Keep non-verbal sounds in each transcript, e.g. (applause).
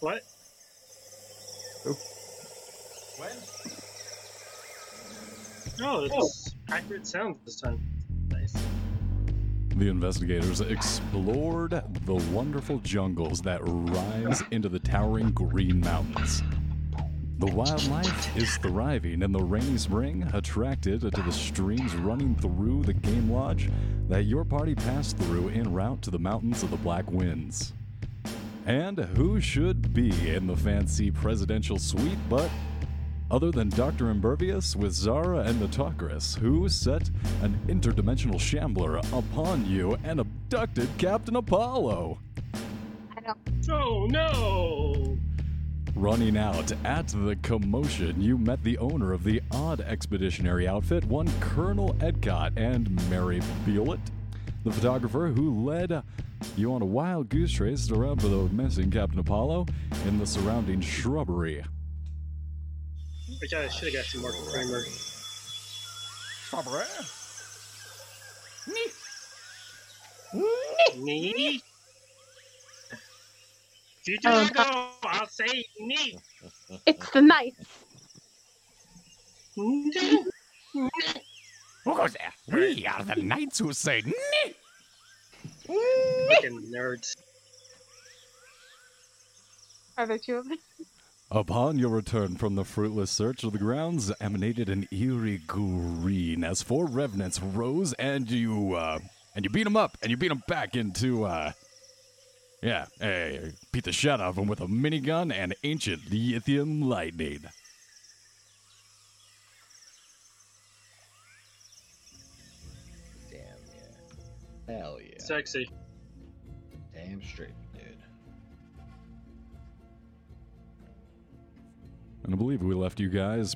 What? When? No, it's accurate sounds this time. Nice. The investigators explored the wonderful jungles that rise into the towering Green Mountains. The wildlife is thriving, and the rainy spring attracted to the streams running through the game lodge that your party passed through en route to the mountains of the Black Winds. And who should be in the fancy presidential suite but other than Dr. Impervious with Zara and the Talkeress, who set an interdimensional shambler upon you and abducted Captain Apollo. Oh no! Running out at the commotion, you met the owner of the odd expeditionary outfit, one Colonel Edcott and Mary Beulett, the photographer who led you on a wild goose chase around for the missing Captain Apollo in the surrounding shrubbery. I got. I should have got some Mark Kramer. Me? You do Oh, not go. I'll say me. It's the knife. No. Who goes there? We are the knights who say "Nee." Fucking nerds. Are there two of them? Upon your return from the fruitless search of the grounds, emanated an eerie green as four revenants rose and you, uh, and you beat them up and you beat them back into, uh, yeah, hey, beat the shit out of them with a minigun and ancient lithium lightning. Damn yeah. Hell yeah. Sexy. Damn straight, dude. And I believe we left you guys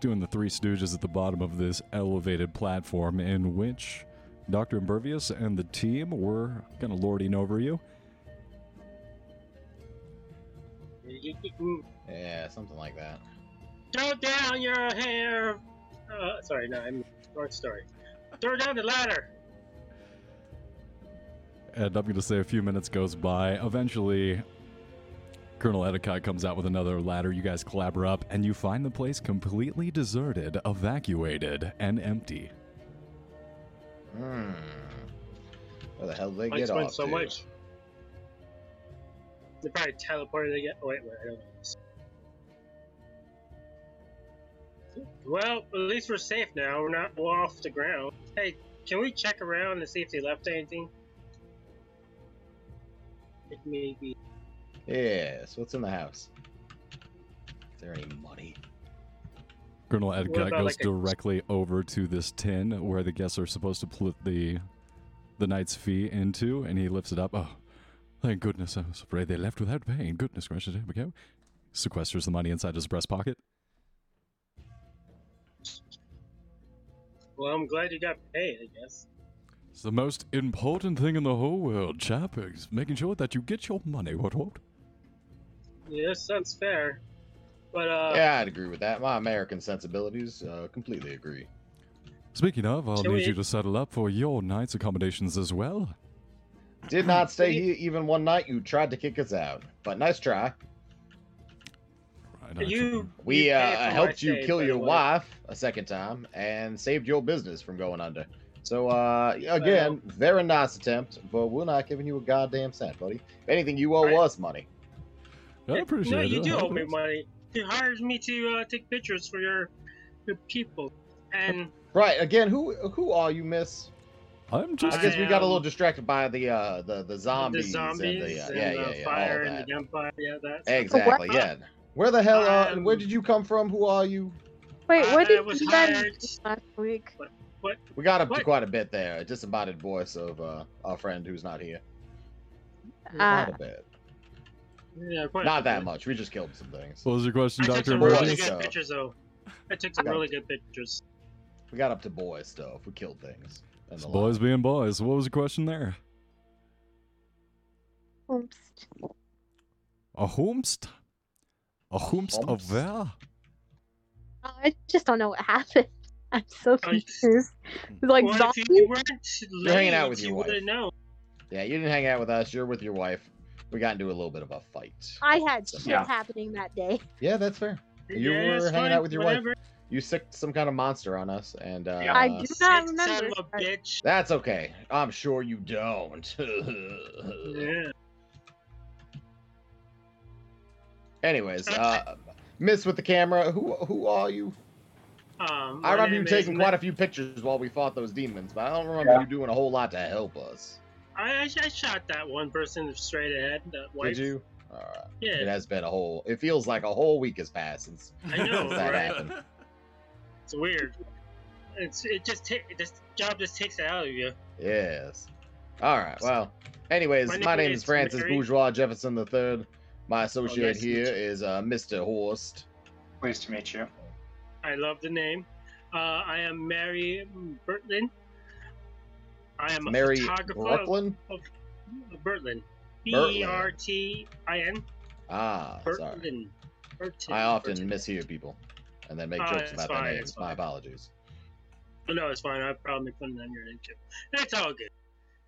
doing the Three Stooges at the bottom of this elevated platform in which Dr. Impervious and the team were kind of lording over you. Yeah, something like that. Throw down your hair. Uh, sorry, no, I'm wrong story. Throw down the ladder. And I'm going to say a few minutes goes by. Eventually, Colonel Edicott comes out with another ladder. You guys clamber up, and you find the place completely deserted, evacuated, and empty. Hmm. Where the hell did they I get spent off so to? much. They probably teleported again. Oh, wait, wait, I don't know this. Well, at least we're safe now. We're not off the ground. Hey, can we check around and see if they left anything? It may be. Yes. What's in the house? Is there any money? Colonel What Edicott about, goes like, a- directly over to this tin where the guests are supposed to put the the knight's fee into, and he lifts it up. Oh, thank goodness! I was afraid they left without paying. Goodness gracious! Here we go. Sequesters the money inside his breast pocket. Well, I'm glad you got paid, I guess. It's the most important thing in the whole world, chap. Is making sure that you get your money. What? What? Yeah, that sounds fair. But, uh, yeah, I'd agree with that. My American sensibilities uh, completely agree. Speaking of, I'll Shall need we- you to settle up for your night's accommodations as well. Did not stay here even one night. You tried to kick us out, but nice try. Right, I you. We you paid for uh, my helped you stay, kill by your the way. wife a second time and saved your business from going under. So uh, again, very nice attempt, but we're not giving you a goddamn cent, buddy. If anything, you owe Right. us money. I appreciate no, it. you do I owe me don't- money. You hired me to uh, take pictures for your, your people, and Right. Again, who who are you, Miss? I'm I just. I guess we got a little am- distracted by the uh, the the the zombies, and zombies the uh, and yeah, the yeah, yeah, fire all and the that. gunfire. Yeah, that's. Exactly. What? Yeah. Where the hell? Uh, Um, where did you come from? Who are you? Wait, I- I what did was you guys hired- do last week? We got up to What? quite a bit there. A disembodied voice of uh, our friend who's not here. Ah. quite a bit. Yeah, quite Not that much. We just killed some things. What was your question, I took Doctor some Emergency. really Emergency? good So- pictures, though. I took some Okay. really good pictures. We got up to boy stuff. We killed things. and It's the Boys like. being boys. What was your question there? Oops. A homst? A homst of Homst? where? Oh, I just don't know what happened. (laughs) I'm so Oh, you- confused. It's like well, if zombies. you weren't hanging out late, with your you wife. would've known. Yeah, you didn't hang out with us. You're with your wife. we got into a little bit of a fight. I had shit Yeah. happening that day. Yeah, that's fair. You Yeah, were it's hanging fine, out with your whatever. You sicked some kind of monster on us, and uh, Yeah. I do not Sick remember. Son of a but- bitch. that's okay. I'm sure you don't. (laughs) Yeah. Anyways, uh, Miss with the camera, who who are you? Um, I my remember you name is taking Ma- quite a few pictures while we fought those demons, but I don't remember you doing a whole lot to help us. I, I sh- I shot that one person straight ahead. That wife. Did you? Alright. It Yeah, has been a whole. It feels like a whole week has passed since. I know, since (laughs) that right? happened. it's weird. It's it just ta- this job just takes it out of you. Yes. All right. Well. Anyways, My my, name name is is Oh, Francis Mary. Bourgeois Jefferson III. My associate nice to meet here is uh, Mr. Horst. Pleased to meet you. I love the name. Uh, I am Mary Bertlin. I am a Mary photographer of- Brooklyn. of Bertlin. B Bertlin. E R T I N. Ah, sorry. Bertlin. Bertlin. I often Bertlin. mishear people, and then make Ah, jokes it's about fine, their it's names. My fine. apologies. Oh, No, it's fine. I probably put it on your name too. It's all good.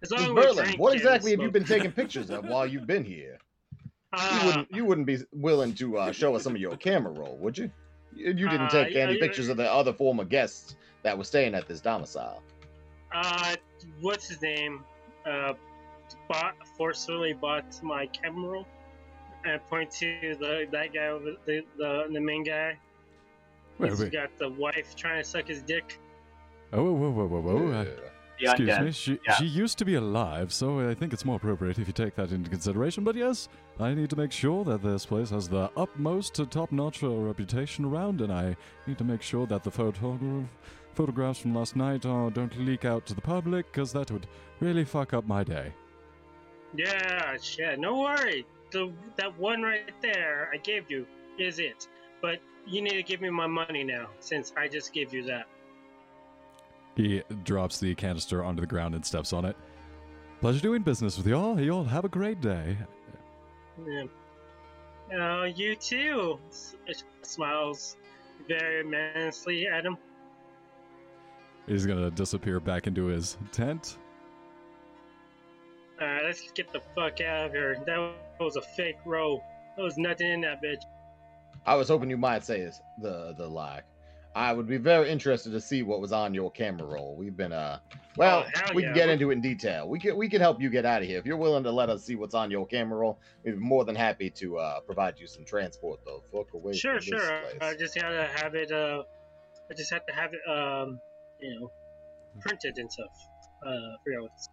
As long as Miss we Berlin, drink what and exactly have you smoke. been taking pictures of while you've been here? You Uh, wouldn't, you wouldn't be willing to uh, show us some of your camera roll, would you? You you didn't Uh, take yeah, any you- pictures of the other former guests that were staying at this domicile. uh, what's his name? Uh, bought forcefully bought my camera roll. And I point to the that guy, over the the, the main guy. Wait, He's wait. got the wife trying to suck his dick. Oh, whoa, whoa, whoa, whoa, whoa. Uh, Yeah. The excuse undead. me. She, Yeah. she used to be alive, so I think it's more appropriate if you take that into consideration. But yes, I need to make sure that this place has the utmost to top notch reputation around, and I need to make sure that the photograph. Photographs from last night uh, don't leak out to the public, because that would really fuck up my day. Yeah, shit. No worry. The that one right there I gave you is it. But you need to give me my money now, since I just gave you that. He drops the canister onto the ground and steps on it. Pleasure doing business with y'all. Y'all have a great day. Yeah. Oh, you too. S- Smiles very menacingly at him. He's gonna disappear back into his tent. Alright, let's get the fuck out of here. That was a fake row. There was nothing in that bitch. I was hoping you might say is the the like. I would be very interested to see what was on your camera roll. We've been uh well, Oh, hell we can yeah. get into it in detail. We can we can help you get out of here. If you're willing to let us see what's on your camera roll, we'd be more than happy to uh provide you some transport though. Fuck away. sure, from this sure. I place. just gotta have it, uh, I just have to have it, um, you know, printed and stuff. Uh, I forgot what it's.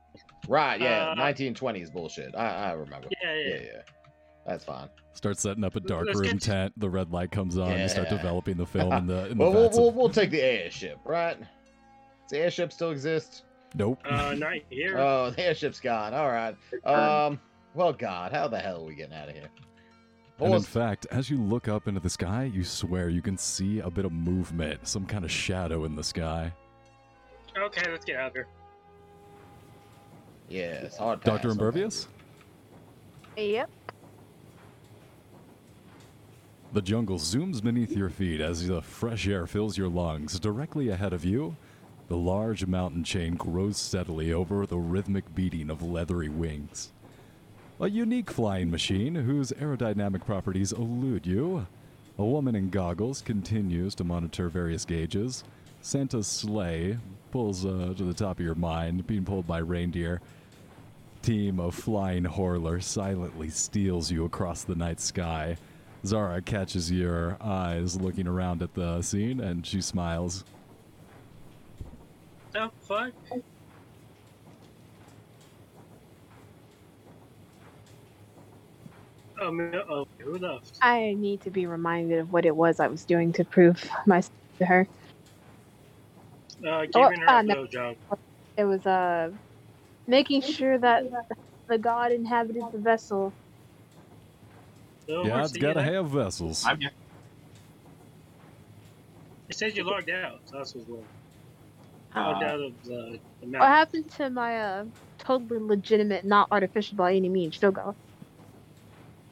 Right, yeah. uh, Nineteen twenties bullshit. I, I remember. Yeah, yeah. Yeah, yeah. That's fine. Starts setting up a dark Let's room get to- tent. The red light comes on. You start Yeah. developing the film and the, and the Well, we'll, vats of- we'll we'll take the airship, right? Does the airship still exist? Nope. Uh, not here. (laughs) Oh, the airship's gone. All right. Um. Well, God, how the hell are we getting out of here? and in Horse- fact, as you look up into the sky, you swear you can see a bit of movement, some kind of shadow in the sky. okay, let's get out of here. Yeah, it's hard. pass, Doctor okay. Impervious, Yep. the jungle zooms beneath your feet as the fresh air fills your lungs. Directly ahead of you, the large mountain chain grows steadily over the rhythmic beating of leathery wings. A unique flying machine whose aerodynamic properties elude you. A woman in goggles continues to monitor various gauges. Santa's sleigh pulls uh, to the top of your mind, being pulled by reindeer. Team of flying horler silently steals you across the night sky. Zara catches your eyes looking around at the scene and she smiles. The fuck? Oh, man, oh, who left? I need to be reminded of what it was I was doing to prove myself to her. Uh, giving Oh, her uh, a no. blowjob. It was uh making sure that the god inhabited the vessel. So yeah, we're it's seeing gotta that. have vessels. I'm here. It says you logged out. So that's what's wrong. Logged Ah. Uh, out of the, the What map. happened to my uh totally legitimate, not artificial by any means, still go.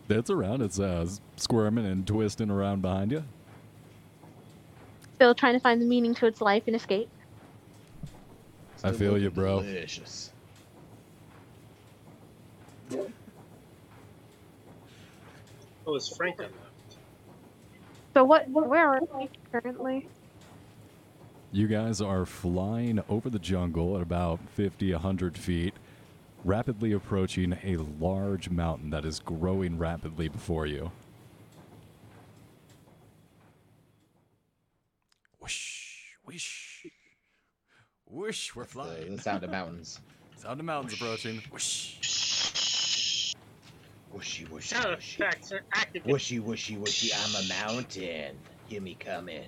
It's around, it's uh, squirming and twisting around behind you. Still trying to find the meaning to its life and escape. I Still feel looking you, bro. Delicious. Oh, it's Frank on So what? Where are we currently? You guys are flying over the jungle at about 50, 100 feet, rapidly approaching a large mountain that is growing rapidly before you. Whoosh, whoosh, whoosh. We're The, flying. the sound of mountains. Sound of mountains approaching. Whoosh. Whooshy, whooshy, Oh, Sound whooshy. effects are activated. Whooshy, whooshy, whooshy. I'm a mountain. Give me coming.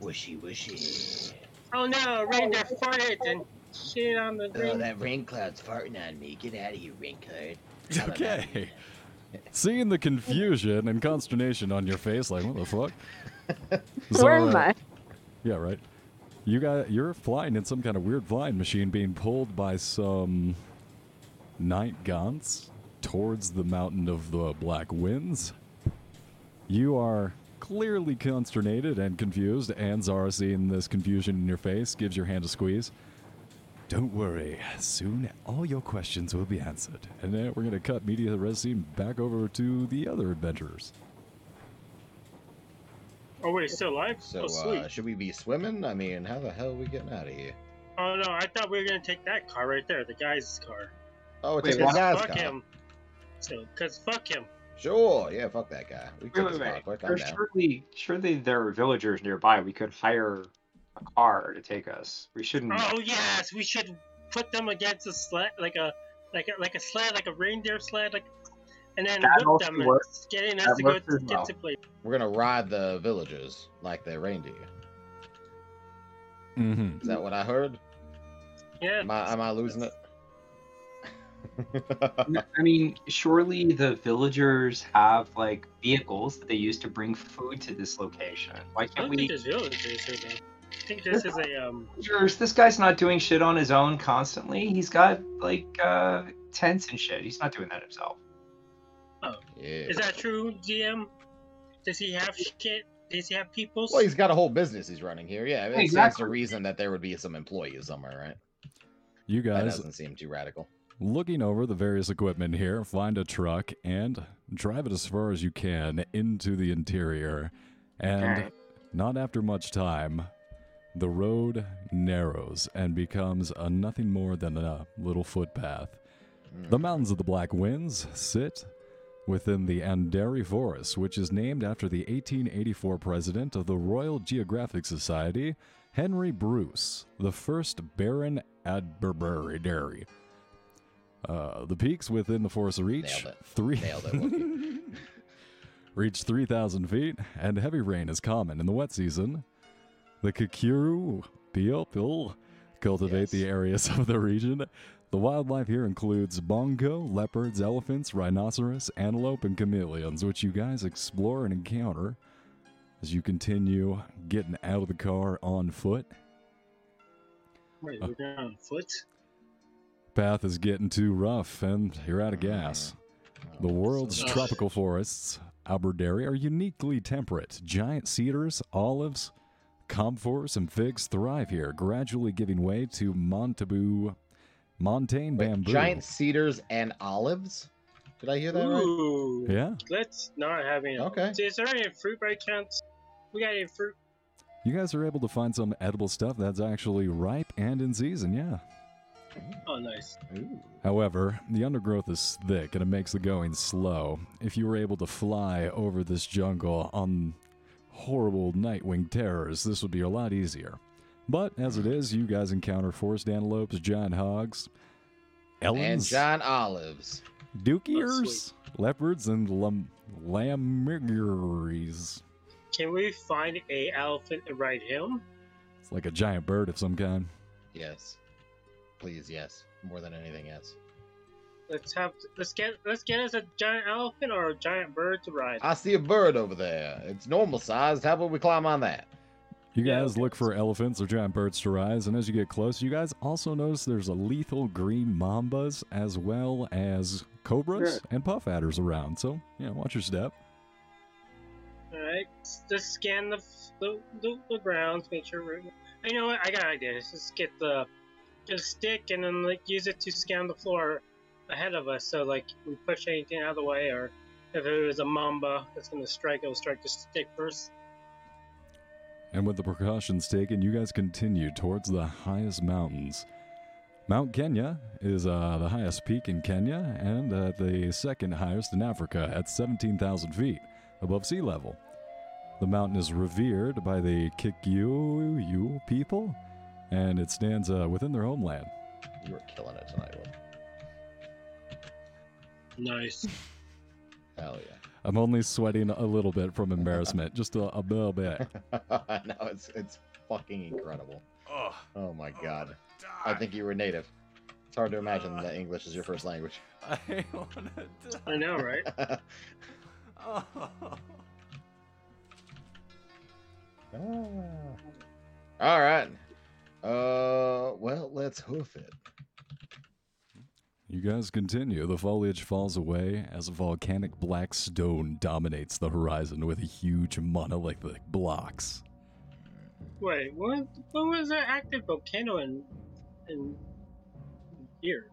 Whooshy, whooshy. Oh no, reindeer farted and shit on the Oh, green. that rain cloud's farting on me. Get out of here, rain cloud. I'm a Okay. Seeing the confusion and consternation on your face, like, what the fuck? (laughs) uh, Where Zara- am I? Yeah, right. You got you're flying in some kind of weird flying machine being pulled by some night gaunts towards the mountain of the black winds. You are clearly consternated and confused, and Zara seeing this confusion in your face gives your hand a squeeze. Don't worry, soon all your questions will be answered. And then we're gonna cut media res scene back over to the other adventurers. Oh wait, still alive? So, oh sweet. uh, should we be swimming? I mean, how the hell are we getting out of here? oh no, I thought we were gonna take that car right there, the guy's car. Oh, it's a Wait, his what? ass fuck car. him. So, cause fuck him. Sure, yeah, fuck that guy. We Wait, can wait, just wait. quick. I'm There's down. surely, surely there are villagers nearby. We could hire a car to take us. We Hmm. shouldn't. Oh (laughs) yes, we should put them against a sled, like a, like a, like a sled, like a reindeer sled, like, and then That whip must them and work. getting us That to go works as to, well. get to place. We're gonna ride the villagers like they're reindeer. Mm-hmm. Is that what I heard? Yeah. Am I, am I losing it? N- I mean, surely the villagers have like vehicles that they use to bring food to this location. Why I can't don't we? think there's villagers here though. I think this is a um. Villagers, this guy's not doing shit on his own constantly. He's got like uh, tents and shit. He's not doing that himself. yeah. Is that true, GM? Does he have shit? Does he have peoples? Well, he's got a whole business he's running here. Yeah, it stands Exactly. to reason that there would be some employees somewhere, right? You That guys doesn't seem too radical. looking over the various equipment here, find a truck and drive it as far as you can into the interior. And Alright. not after much time, the road narrows and becomes a nothing more than a little footpath. Hmm. The mountains of the Black Winds sit within the Anderi Forest, which is named after the 1884 president of the Royal Geographic Society, Henry Bruce, the first Baron Adberberry. Uh, the peaks within the forest reach Nailed it. three Nailed it, Wookie. (laughs) reach 3,000 feet, and heavy rain is common in the wet season. The Kikuru people cultivate Yes. the areas of the region. The wildlife here includes bongo, leopards, elephants, rhinoceros, antelope, and chameleons, which you guys explore and encounter as you continue getting out of the car on foot. Wait, we're going on foot. Path is getting too rough, and you're out of Oh, gas. The world's Ugh. tropical forests, Aberdare, are uniquely temperate. Giant cedars, olives, camphors, and figs thrive here, gradually giving way to Montabu, montane Wait, bamboo. giant cedars and olives. Did I hear that right? Ooh. Yeah, Let's not have any. Okay. Is there any fruit by chance? We got any fruit? you guys are able to find some edible stuff that's actually ripe and in season. Yeah. Oh, nice. Ooh. However, the undergrowth is thick and it makes the going slow. If you were able to fly over this jungle on horrible Nightwing terrors, this would be a lot easier. But as it is, you guys encounter forest antelopes, giant hogs, And elans, John olives. duke Oh, ears, leopards, and lam- lammergeiries. Can we find a elephant and ride him? It's like a giant bird of some kind. Yes. Please, yes. More than anything else. Let's have let's get let's get us a giant elephant or a giant bird to ride. I see a bird over there. It's normal sized. How about we climb on that? You Yeah, guys okay. look for elephants or giant birds to rise, and as you get close, you guys also notice there's a lethal green mambas as well as cobras and puff adders around. So, yeah, watch your step. All right, just scan the the, the, the grounds, make sure. We're, I know what I got an idea. Let's just get the get a stick and then like use it to scan the floor ahead of us, so like we push anything out of the way or If it was a mamba that's going to strike, it'll strike the stick first. And with the precautions taken, you guys continue towards the highest mountains. Mount Kenya is uh, the highest peak in Kenya and uh, the second highest in Africa at 17,000 feet above sea level. The mountain is revered by the Kikuyu people, and it stands uh, within their homeland. You were killing it tonight, Will. Nice. Hell I'm only sweating a little bit from embarrassment, just a, a little bit. yeah. (laughs) no, it's it's fucking incredible. Oh, Oh my god. I I think you were native. It's hard to imagine that English is your first language. (laughs) (laughs) I want to (laughs) I know, right? Ah, All right. Uh, well, let's hoof it. You guys continue. The foliage falls away as a volcanic black stone dominates the horizon with huge monolithic blocks. Wait, what? What was an active volcano in in here?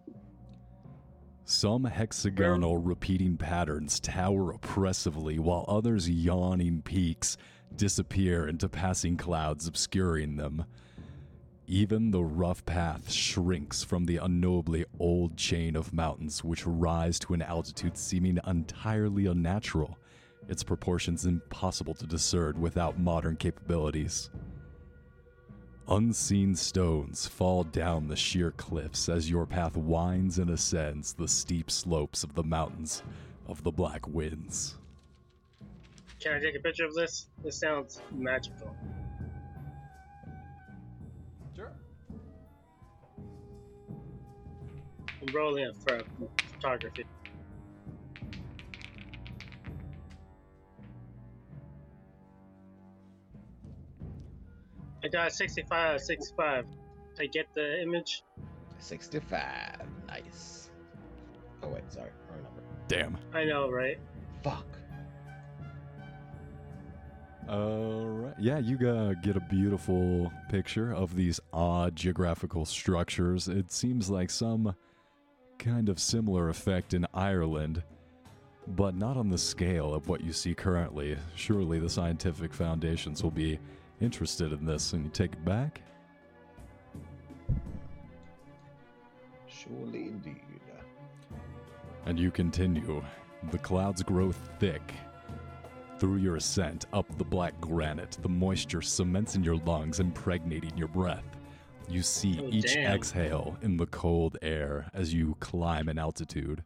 Some hexagonal repeating patterns tower oppressively, while others yawning peaks disappear into passing clouds, obscuring them. Even the rough path shrinks from the unknowably old chain of mountains which rise to an altitude seeming entirely unnatural, its proportions impossible to discern without modern capabilities. Unseen stones fall down the sheer cliffs as your path winds and ascends the steep slopes of the mountains of the Black Winds. Can I take a picture of this? This sounds magical. Sure. I'm rolling it for photography. I got 65 out of 65. I get the image. 65. Nice. Oh, wait, sorry. Wrong number. Damn. I know, right? Fuck. All right. Yeah, you uh, get a beautiful picture of these odd geographical structures. It seems like some kind of similar effect in Ireland, but not on the scale of what you see currently. Surely the scientific foundations will be interested in this. And you take it back? Surely indeed. And you continue. The clouds grow thick. Through your ascent up the black granite, the moisture cements in your lungs, impregnating your breath. You see Oh, each damn. exhale in the cold air as you climb in altitude.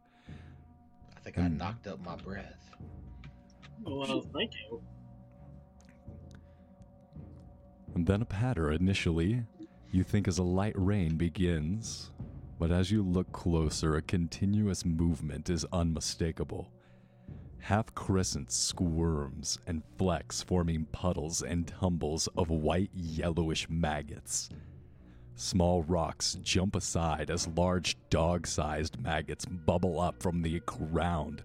I think I Mm. knocked up my breath. Well, thank you. And then a patter initially you think is a light rain begins, but as you look closer, a continuous movement is unmistakable. Half crescents squirms and flex, forming puddles and tumbles of white yellowish maggots. Small rocks jump aside as large dog sized maggots bubble up from the ground,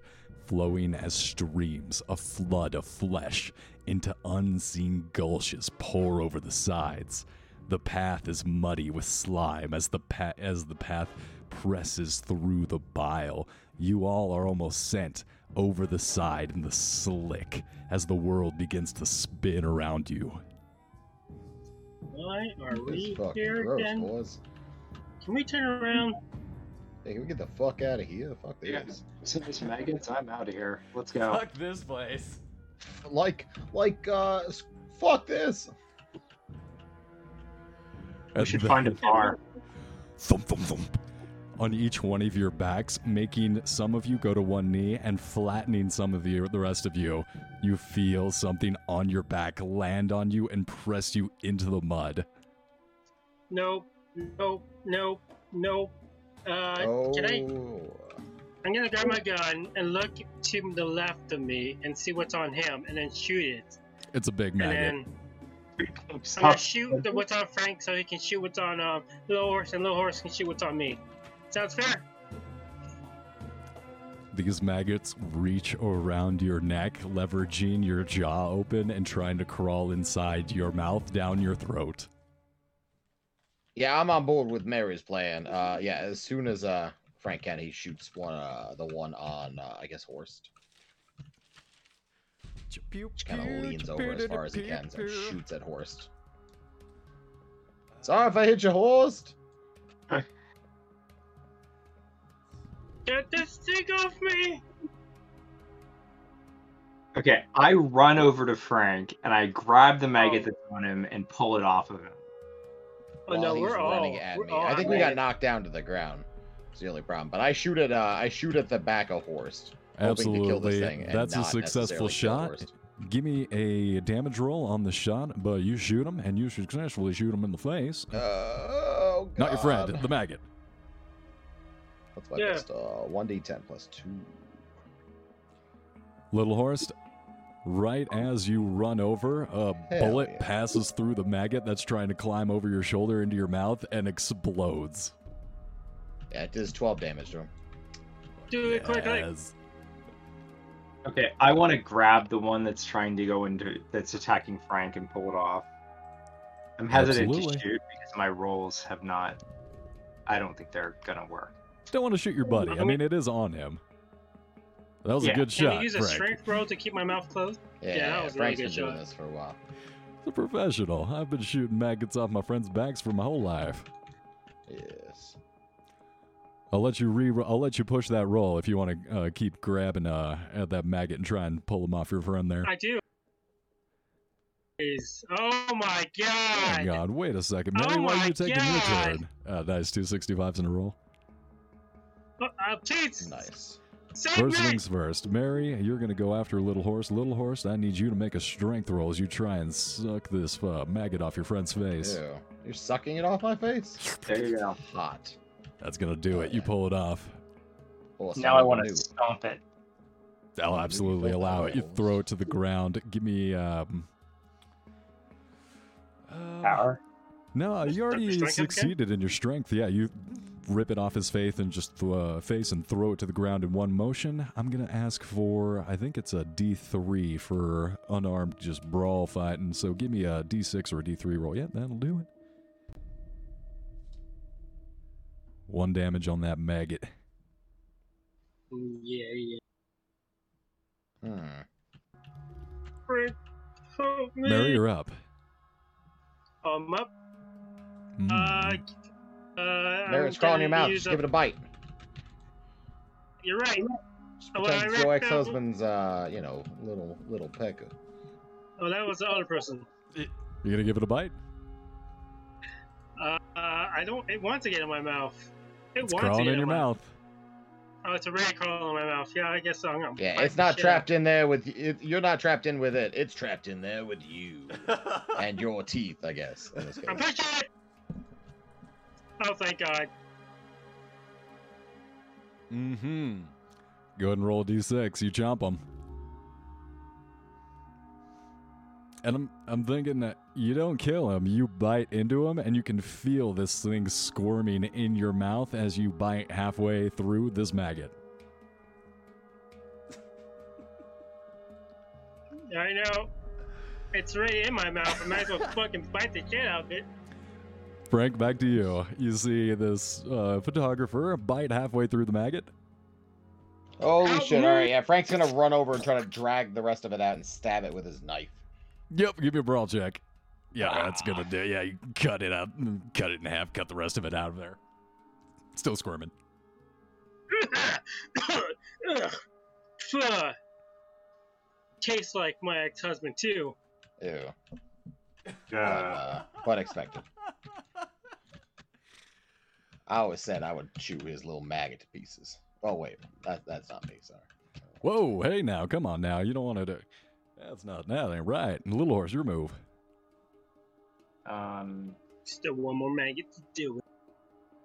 flowing as streams, a flood of flesh into unseen gulches pour over the sides. The path is muddy with slime as the pa- as the path presses through the bile. You all are almost sent over the side in the slick as the world begins to spin around you. Why are This we is fucking here gross, again? boys. Can we turn around? Hey, can we get the fuck out of here? Fuck this. Yeah. So this maggots, I'm out of here. Let's go. fuck this place. Like, like, uh, s- fuck this. we should find a (laughs) bar. thump thump thump on each one of your backs, making some of you go to one knee and flattening some of you, the rest of you. You feel something on your back land on you and press you into the mud. Nope, nope, nope, nope. Uh, oh. Can I? I'm gonna grab my gun and look to the left of me and see what's on him, and then shoot it. It's a big And maggot. then I'm gonna shoot the, what's on Frank so he can shoot what's on um, Little Horse, and Little Horse can shoot what's on me. Sounds fair. These maggots reach around your neck, leveraging your jaw open and trying to crawl inside your mouth down your throat. Yeah, I'm on board with Mary's plan. Uh, yeah, as soon as uh Frank Kennedy shoots one, uh, the one on uh, I guess Horst. pew, She kind of pew, leans pew, over as pew, far as he pew, can and pew. (laughs) shoots at Horst. Sorry if I hit your Horst. Get this thing off me! Okay, I run over to Frank and I grab the maggot that's on him and pull it off of him. Oh, while no, he's we're running all- at we're me. all I think we got outnumbered. knocked down to the ground. It's the only problem. But I shoot at uh, I shoot at the back of Horst, hoping to kill this Absolutely. thing. and That's a not successful necessarily kill shot. Horst. Give me a damage roll on the shot, but you shoot him, and you successfully shoot him in the face. Uh, oh, Not your friend, God. the maggot. That's my Yeah. best. Uh, 1d10 plus 2. Little Horst, right as you run over, a bullet yeah. passes through the maggot that's trying to climb over your shoulder into your mouth and explodes. Yeah, it does 12 damage to him. Do it quickly. Yes. Okay, I want to grab the one that's trying to go into that's attacking Frank and pull it off. I'm hesitant Absolutely. to shoot because my rolls have not. I don't think they're gonna work. Don't want to shoot your buddy. I mean, it is on him. That was a Yeah. good Can shot, I use a Frank. strength roll to keep my mouth closed? Yeah, Yeah, that was a really Frank's good been doing shot. this for a while. It's a professional. I've been shooting maggots off my friends' backs for my whole life. Yes. I'll let you re. I'll let you push that roll if you want to uh, keep grabbing uh, at that maggot and try and pull him off your friend there. I do. Is oh my Oh god! God! Wait a second, Oh Manny. why are my you taking your God. turn? Uh, nice, two sixty-fives in a roll. Oh, uh, please Nice. save First me! things first, Mary. You're gonna go after Little Horse. Little Horse, I need you to make a strength roll as you try and suck this uh, maggot off your friend's face. Ew. You're sucking it off my face? There you go. Hot. That's gonna do it. You Yeah. pull it off. Well, it's now I something want new. to stomp it. I'll Maybe absolutely both allow it. You rolls. throw it to the ground. Give me um. um, Power. No, uh, you already strength again? succeeded in your strength. Yeah, you rip it off his face and just th- uh, face and throw it to the ground in one motion. I'm gonna ask for I think it's a D3 for unarmed just brawl fighting. So give me a D6 or a D3 roll. Yeah, that'll do it. One damage on that maggot. Yeah, yeah. Hmm. Frick, help me. Mary, you're up. I'm up. Uh, Mm. uh, There, I'm it's crawling in gonna your mouth. use Just a- give it a bite. You're right. Just Well, pretend I it's your wrecked that one. ex-husband's, uh, you know, little little pecker. Oh, that was the other person. you gonna give it a bite? Uh, uh, I don't. It wants to get in my mouth. It It's wants to crawling get in your my mouth. Oh, it's already crawling in my mouth. Yeah, I guess so. I'm gonna Yeah, bite it's the not shit out. trapped in there with y- it, you're not trapped in with it. It's trapped in there with you and your teeth, I guess. in this I'm (laughs) case. pushing it. Oh, thank God. Mm-hmm. Go ahead and roll a d6. You chomp them. And I'm I'm thinking that you don't kill him. You bite into him, and you can feel this thing squirming in your mouth as you bite halfway through this maggot. I know. It's right in my mouth. I might as well fucking bite the shit out of it. Frank, back to you. You see this uh, photographer bite halfway through the maggot. Holy Help shit! me. All right, yeah. Frank's gonna run over and try to drag the rest of it out and stab it with his knife. Yep, give me a brawl check. Yeah, that's gonna do. Yeah, you cut it out, cut it in half, cut the rest of it out of there. Still squirming. Ugh. Fuh. (coughs) Tastes like my ex-husband too. Ew. Uh, Uh, but (laughs) expected. I always said I would chew his little maggot to pieces. Oh wait, that, that's not me. Sorry. Whoa, hey now, come on now. You don't want to do. That's not, that ain't right. And Little Horse, your move. um. Still one more maggot to do. it.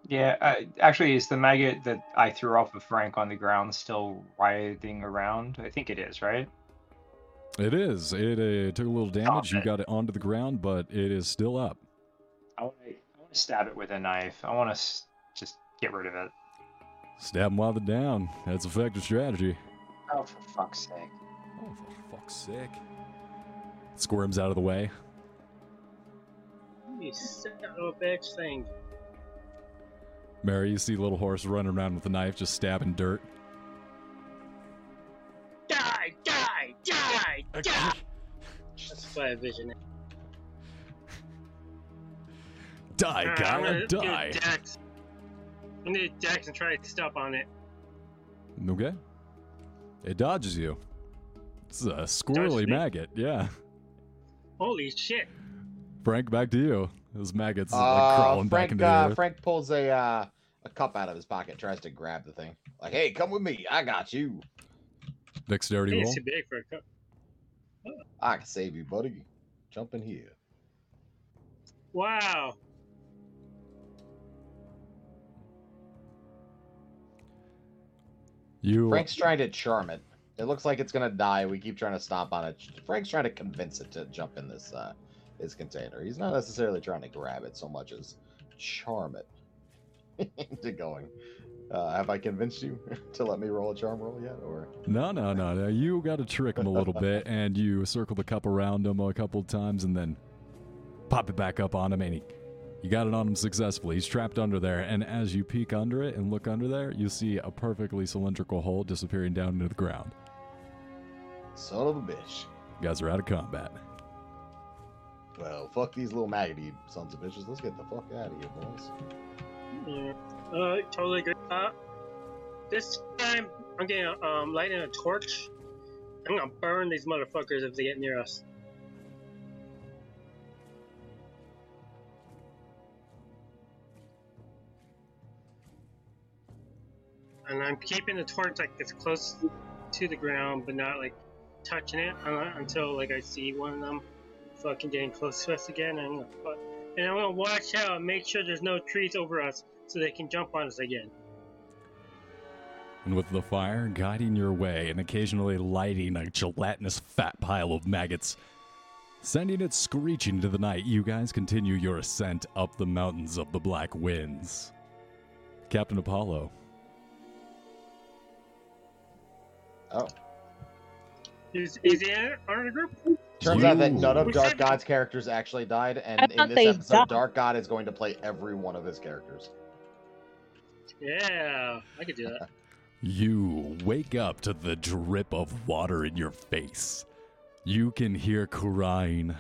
Yeah. Uh, actually, is the maggot that I threw off of Frank on the ground still writhing around? I think it is, right? It is. It uh, took a little damage. You it. got it onto the ground, but it is still up. I want to. I want to stab it with a knife. I want to s- just get rid of it. Stab him while they're down. That's effective strategy. Oh, for fuck's sake! Oh, for fuck's sake. Squirms out of the way. You son of a bitch thing. Mary, you see Little Horse running around with a knife, just stabbing dirt. Die, die, die, That's why I vision it. Die, Alright, I'm Gaia, gonna do die. Dex. I need Dex and try to step on it. Okay. It dodges you. It's a squirrely Dodges me? maggot. Yeah. Holy shit! Frank, back to you. Those maggots like Uh, crawling back Frank, into uh, you. Frank pulls a uh, a cup out of his pocket, tries to grab the thing. Like, hey, come with me. I got you. Dexterity It's roll. too big for a cup. I can save you, buddy. Jump in here. Wow. You Frank's trying to charm it. It looks like it's gonna die. We keep trying to stomp on it. Frank's trying to convince it to jump in this uh, this container. He's not necessarily trying to grab it so much as charm it (laughs) into going. Uh, have I convinced you (laughs) to let me roll a charm roll yet, or No, no, no, no. You got to trick him a little bit, and you circle the cup around him a couple of times, and then pop it back up on him, and he, you got it on him successfully. He's trapped under there, and as you peek under it and look under there, you see a perfectly cylindrical hole disappearing down into the ground. son of a bitch? You guys are out of combat. Well, fuck these little maggoty sons of bitches. Let's get the fuck out of here, boys. Yeah. Uh, totally agree. Uh, this time I'm gonna um lighting a torch. I'm gonna burn these motherfuckers if they get near us. And I'm keeping the torch like as close to the ground, but not like touching it un- until like I see one of them fucking getting close to us again. And I'm gonna fuck and I'm gonna watch out and make sure there's no trees over us so they can jump on us again. And with the fire guiding your way and occasionally lighting a gelatinous fat pile of maggots, sending it screeching into the night, you guys continue your ascent up the mountains of the Black Winds. Captain Apollo, Oh, Is, is he in our in the group? turns out that You- none of We Dark said- God's characters actually died, I and in thought this they episode, died. Dark God is going to play every one of his characters. Yeah, I could do (laughs) that. you wake up to the drip of water in your face. You can hear crying,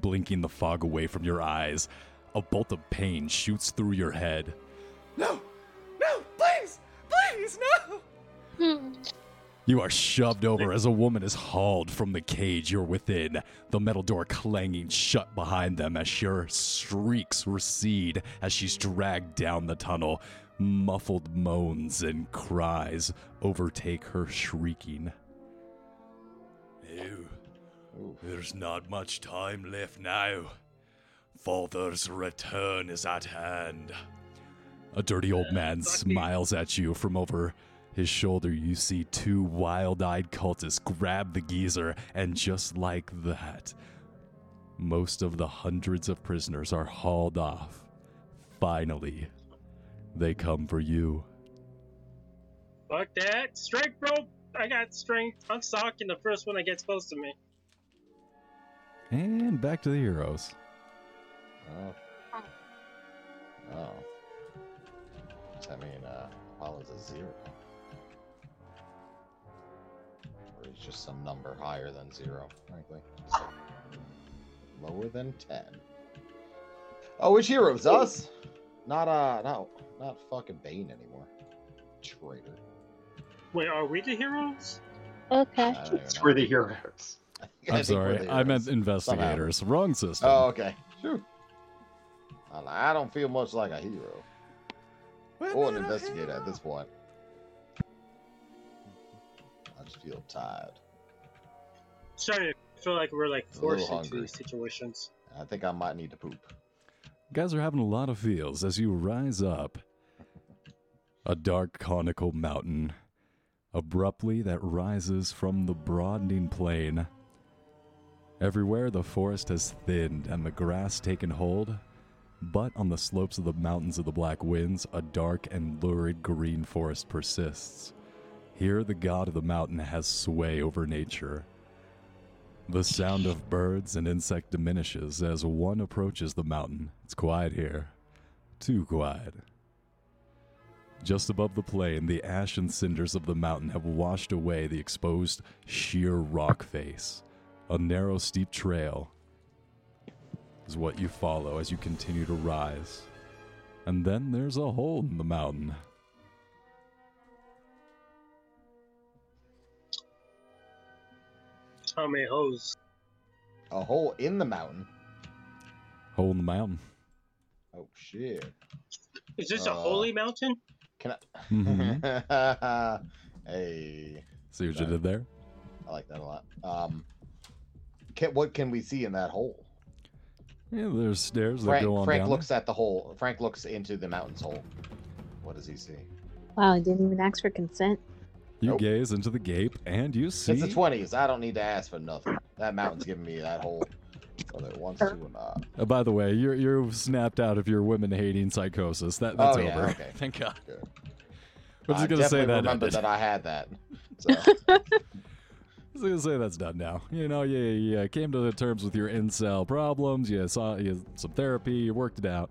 blinking the fog away from your eyes. A bolt of pain shoots through your head. No! No! Please! Please, no! Hmm. You are shoved over as a woman is hauled from the cage you're within, the metal door clanging shut behind them as your shrieks recede as she's dragged down the tunnel. Muffled moans and cries overtake her shrieking. Ew, Ooh. there's not much time left now. Father's return is at hand. A dirty old man smiles at you from over his shoulder. You see two wild eyed cultists grab the geezer, and just like that, most of the hundreds of prisoners are hauled off. Finally, they come for you. Fuck that. Strength, bro. I got strength. I'm socking the first one that gets close to me. And back to the heroes. Oh. Oh. I mean, uh, Apollo's a zero. Or he's just some number higher than zero, frankly. Lower than ten. Oh, which hero's us? Not uh not not fucking Bane anymore. Traitor. Wait, are we the heroes? Okay. I don't even It's know. for the heroes. (laughs) I I'm think we're sorry, the I meant heroes. investigators. Wrong system. Oh, okay. Phew. I I don't feel much like a hero. or an investigator at this point. I just feel tired. Starting to feel like we're like A little forced into hungry. these situations. I think I might need to poop. You guys are having a lot of feels as you rise up a dark conical mountain abruptly that rises from the broadening plain. Everywhere the forest has thinned and the grass taken hold, but on the slopes of the mountains of the Black Winds, a dark and lurid green forest persists. Here, the god of the mountain has sway over nature. The sound of birds and insect diminishes as one approaches the mountain. It's quiet here. Too quiet. Just above the plain, the ash and cinders of the mountain have washed away the exposed sheer rock face. A narrow, steep trail is what you follow as you continue to rise. And then there's a hole in the mountain. How many hoes? A hole in the mountain. Hole in the mountain. Oh shit. Is this a Uh, holy mountain? (laughs) Can Mhm. I? hey, See what you did there? I like that a lot. Um, can, what can we see in that hole? Yeah, there's stairs that Frank, go on Frank down. looks at the hole. Frank looks into the mountain's hole. What does he see? Wow, I didn't even ask for consent. You Nope. gaze into the gape and you see. It's the twenties. I don't need to ask for nothing. That mountain's giving me that hole, whether it wants to or not. Uh, by the way, you're you're snapped out of your women hating psychosis. That that's Oh, over. yeah, okay. (laughs) Thank God. Good. I'm just I gonna say definitely that. uh, Remember ended. that I (laughs) had that. So, I was gonna say that's done now. You know, yeah, yeah, yeah. Came to terms with your incel problems. You saw you, some therapy. You worked it out.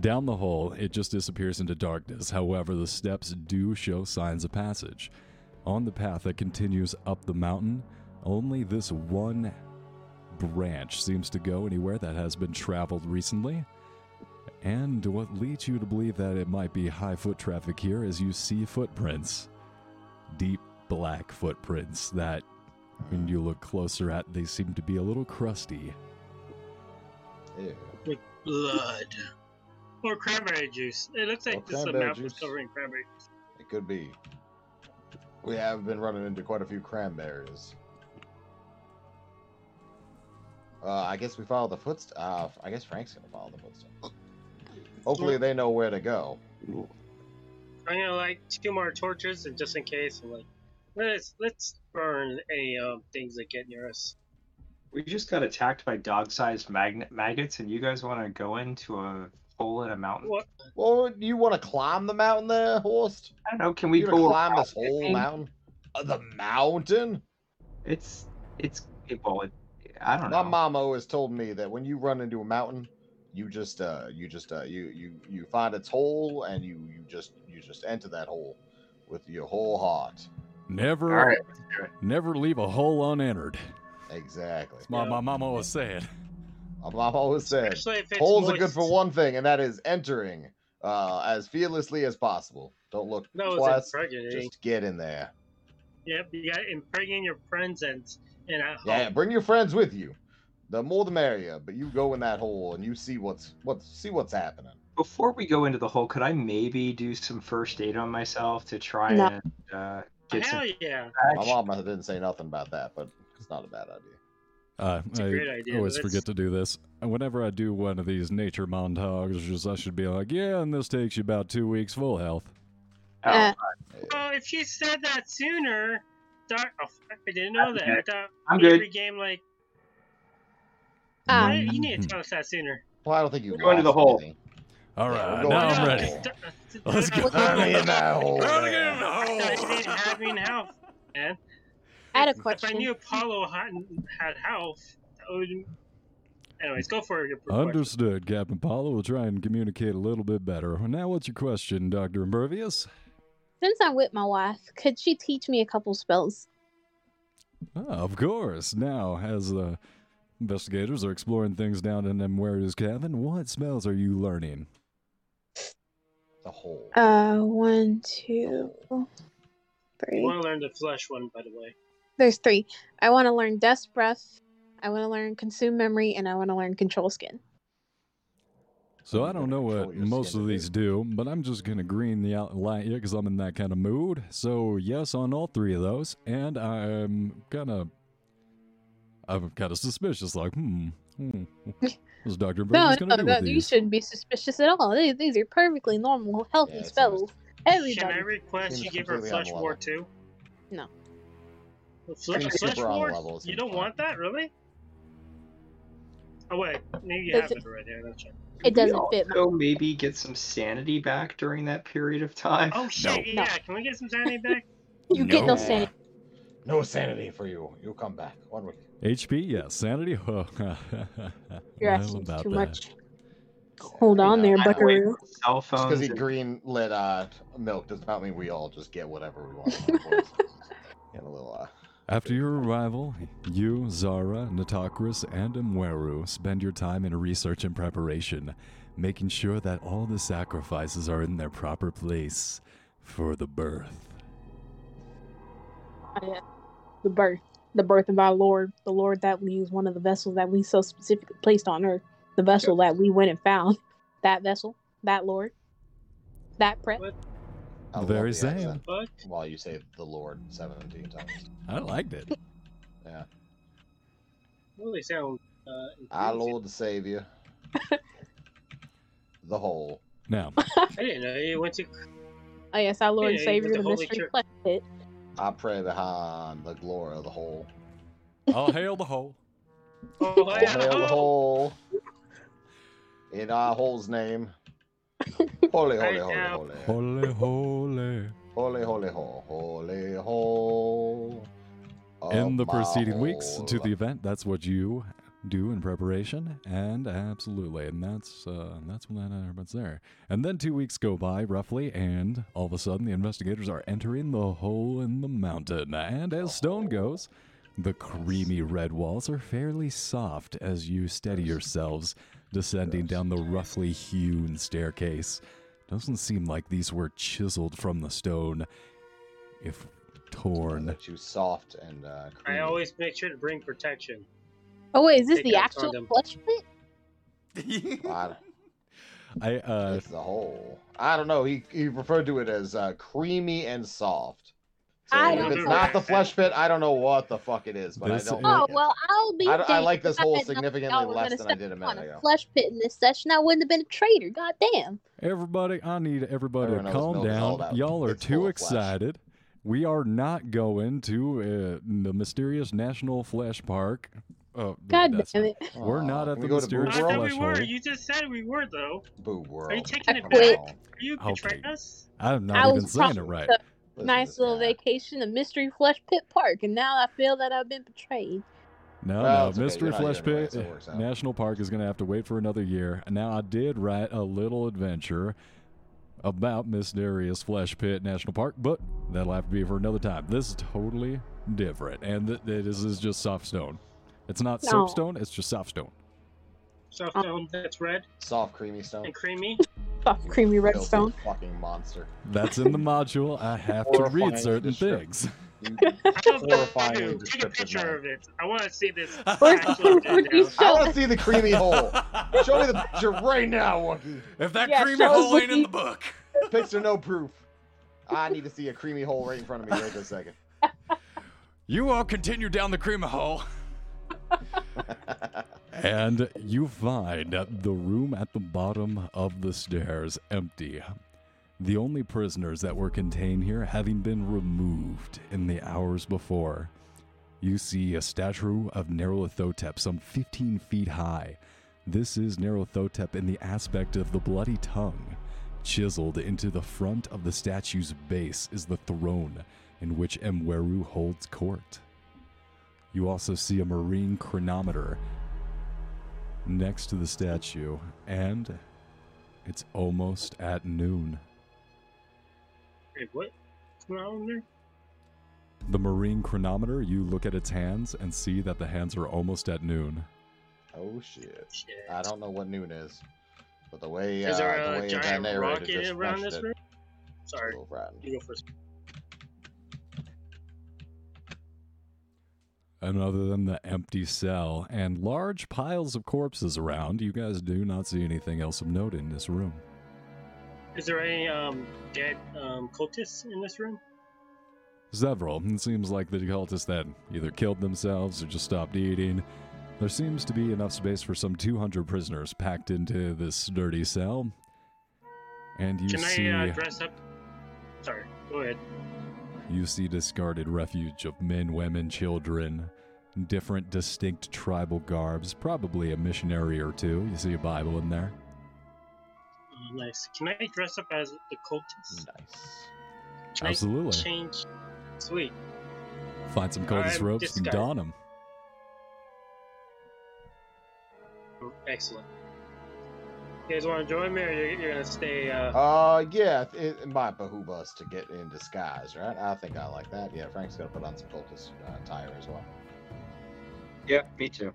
Down the hole, it just disappears into darkness. However, the steps do show signs of passage. On the path that continues up the mountain, only this one branch seems to go anywhere that has been traveled recently. And what leads you to believe that it might be high foot traffic here is you see footprints deep black footprints that, when you look closer at, they seem to be a little crusty. ew. Blood. Or cranberry juice. It looks Or like this cranberry map was juice. covering cranberry. it could be. We have been running into quite a few cranberries. Uh, I guess we follow the footsteps. Uh, I guess Frank's gonna follow the footsteps. Hopefully, they know where to go. I'm gonna like two more torches, and just in case, and like let's let's burn any um, things that get near us. We just got attacked by dog-sized magnet maggots, and you guys want to go into a hole in a mountain? What? Well, do you want to climb the mountain there, Horst? I don't know. Can We we you go wanna climb around this whole it? mountain? Uh, the mountain? It's it's well, it, I don't My know. mom always told me that when you run into a mountain, you just uh you just uh you you you find its hole and you you just you just enter that hole with your whole heart. Never, All right. never leave a hole unentered. Exactly. That's my, Yeah. my mom (laughs) always said. My mom always said Especially if it's holes are moist. good for one thing, and that is entering uh as fearlessly as possible. Don't look No, twice. it's impregnating. Just get in there. Yep, you got impregnate your friends and and uh, at Yeah, home. bring your friends with you. The more the merrier. But you go in that hole and you see what's what see what's happening. Before we go into the hole, could I maybe do some first aid on myself to try No. and uh, get Hell some yeah! My back? mom uh, didn't say nothing about that, but it's not a bad idea. Uh, It's a I great idea. always Let's- forget to do this. And Whenever I do one of these nature montages, I should be like, yeah, and this takes you about two weeks full health. Oh, Uh, Yeah. Oh, if you said that sooner, Dar- oh, fuck, I didn't know that. I thought I'm every good. game like Ah. why- Uh, you Hmm. need Mm-hmm. to tell us that sooner. Well, I don't think you We're going to the lost hole. anything. All Yeah, we're right, going now to I'm the ready. hole. Let's go. Throw me in that hole. there. I didn't have me in health, man. I had a If I knew question. Apollo hadn't had health, that would. Anyways, go for your question. Understood, Captain Paula. We'll try and communicate a little bit better. Now, what's your question, Dr. Impervious? Since I'm with my wife, could she teach me a couple spells? Ah, of course. Now, as uh, investigators are exploring things down in them Warriors Cabin, what smells are you learning? The hole. Uh, one, two, You three. want to learn the flush one, by the way. There's three. I want to learn Death's Breath. I want to learn Consume Memory, and I want to learn Control Skin. So I you're don't gonna know what control your most skin of to these do, but I'm just gonna green the outline here because I'm in that kind of mood. So yes on all three of those, and I'm kind of, I'm kind of suspicious. Like, hmm, (laughs) hmm what's Doctor No, Burns no, gonna do no, with you these? shouldn't be suspicious at all. These, these are perfectly normal, healthy Yeah, it's spells. Can I Everybody. request Seems you give her completely on flush level. war too? No. The Flush, Seems flush super on war? level, You seems don't fine. want that, really? Oh wait, maybe you Does have it- it already. I'm not sure. It Can we doesn't fit my- also maybe get some sanity back during that period of time. Oh shit! No. Yeah, can we get some sanity (laughs) back? You get no No. sanity. No sanity for you. You'll come back one week. HP, yes. Sanity, (laughs) oh, You're well, asking about too that. much. Hold on there, I don't wait Buckaroo. for Cell Just phones. because he and- green (laughs) lit uh milk does not mean we all just get whatever we want. Get a little uh, After your arrival, you, Zara, Natakris, and Mweru spend your time in research and preparation, making sure that all the sacrifices are in their proper place for the birth. uh, The birth, the birth of our Lord, the Lord that we use one of the vessels that we so specifically placed on earth, the vessel that we went and found, that vessel, that Lord, that prep. I The love very the same. accent But While you say the Lord 17 times. I liked it. Yeah. well, they sound. Uh, Our enthusiastic. Lord (laughs) the Savior. the whole. (laughs) Now, I didn't know you (laughs) went to. Oh yes, our Lord Yeah, and he Savior, was the the Holy mystery Church. blessed it. I pray behind the glory of the whole. all hail the whole. Oh, All yeah, hail the oh, whole. In our whole's (laughs) name. Holy, holy, Right holy, now. holy. Holy, holy. Holy, holy, ho, holy, ho. In the of my preceding weeks, to whole. the event, that's what you do in preparation, and absolutely, and that's uh, that's when that happens there. And then two weeks go by roughly, and all of a sudden, the investigators are entering the hole in the mountain. And as stone goes, the creamy red walls are fairly soft as you steady yourselves descending down the roughly hewn staircase. Doesn't seem like these were chiseled from the stone, if torn. That you soft and uh, I creamy. always make sure to bring protection. Oh wait, is this Take the out actual condom. flesh pit? I- I uh, it's the whole. I don't know. He he referred to it as uh, creamy and soft. So I if don't it's know. not the flesh pit, I don't know what the fuck it is, but This I don't. is- Oh like it. well, I'll be. I, don't- I damned like this if I whole had known significantly y'all were less gonna than I step did a on minute ago. Flesh pit in this session, I wouldn't have been a traitor. God damn. Everybody, I need everybody Everyone to knows calm milk is all down. about Y'all are it's full too of flesh. excited. We are not going to uh, the mysterious National Flesh Park. Oh, God that's damn not- it. We're not Aw, at can the we go to mysterious I thought Boo World. we flesh were. hole. You just said we were, though. Boo World. Are you taking I it back? quit. Come on. Are you Okay. betraying us? I'm I not even was saying it promised right. a Listen to nice this little guy. vacation to Mystery Flesh Pit Park, and now I feel that I've been betrayed. No, Well, no, it's okay. Mystery You're not Flesh here anyway, Pit so it works out. National Park is going to have to wait for another year. Now, I did write a little adventure about Mysterious Flesh Pit National Park, but that'll have to be for another time. This is totally different, and th- th- this is just soft stone. It's not No. soapstone; it's just soft stone. Soft stone that's red Soft, creamy stone. and creamy. Fuck, creamy Filthy redstone. Fucking (laughs) monster. That's in the module. I have to Horrifying read certain description. things. You- How about Horrifying you? Take and a descriptive picture man. of it. I want to see (laughs) this. Where's the actual creamy video. I show? want to see the creamy hole. (laughs) Show me the picture right now, Wookie. If that Yeah, creamy show us hole what ain't in you- the book. Picture no proof. I need to see a creamy hole right in front of me right this second. (laughs) You all continue down the creamy hole. And you find the room at the bottom of the stairs empty. The only prisoners that were contained here having been removed in the hours before. You see a statue of Nerlothotep, some 15 feet high. This is Nerlothotep in the aspect of the bloody tongue. Chiseled into the front of the statue's base is the throne in which Mweru holds court. You also see a marine chronometer next to the statue, and it's almost at noon. Wait, what? What's going on there? The marine chronometer, you look at its hands and see that the hands are almost at noon. oh shit! Shit. I don't know what noon is, but the way uh, Is there the a way that giant narrator rocket just around mentioned this it, room? it's a Sorry, little rotten. you go first. And other than the empty cell and large piles of corpses around, you guys do not see anything else of note in this room. Is there any um, dead um, cultists in this room? Several. It seems like the cultists that either killed themselves or just stopped eating. There seems to be enough space for some 200 prisoners packed into this dirty cell. And you Can see. I uh, dress up? Sorry, go ahead. You see discarded refuge of men, women, children, different distinct tribal garbs, probably a missionary or two. You see a Bible in there. Oh, nice. Can I dress up as the cultists? Nice. Can I Absolutely. change? Sweet. Find some cultist I'm ropes and discarded. don them. Excellent. You guys want to join me, or you're, you're gonna stay? Uh, Uh, yeah, it, it might behoove us to get in disguise, right? I think I like that. Yeah, Frank's gonna put on some cultist uh, attire as well. Yeah, me too.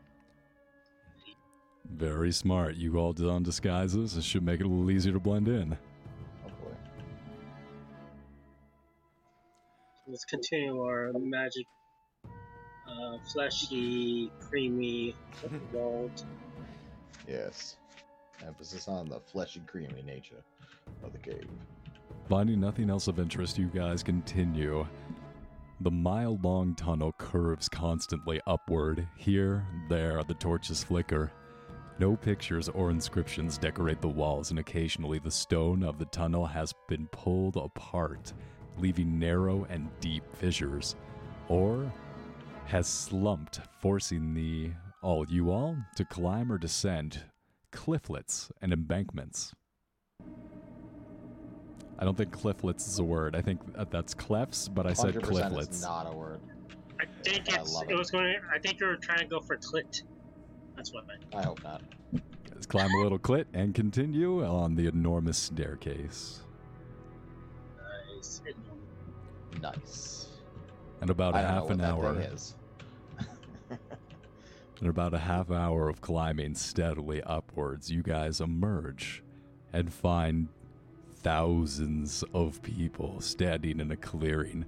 Very smart. You all did on disguises. This should make it a little easier to blend in. Hopefully. let's continue our magic, uh, fleshy, (laughs) creamy world. Yes. Emphasis on the fleshy, creamy nature of the cave. Finding nothing else of interest, you guys continue. The mile long tunnel curves constantly upward. Here, there, the torches flicker. No pictures or inscriptions decorate the walls, and occasionally the stone of the tunnel has been pulled apart, leaving narrow and deep fissures, or has slumped, forcing the all you all to climb or descend clifflets and embankments. I don't think clifflets is a word. I think uh, that's clefs, but I said 100% clifflets. is not a word. I think I it's love it it. was going. I think you were trying to go for clit. That's what I meant. I hope not. Let's climb a little clit and continue on the enormous staircase. Nice. Nice. And about a I don't know half what an that hour. thing is. And about a half hour of climbing steadily upwards, you guys emerge and find thousands of people standing in a clearing.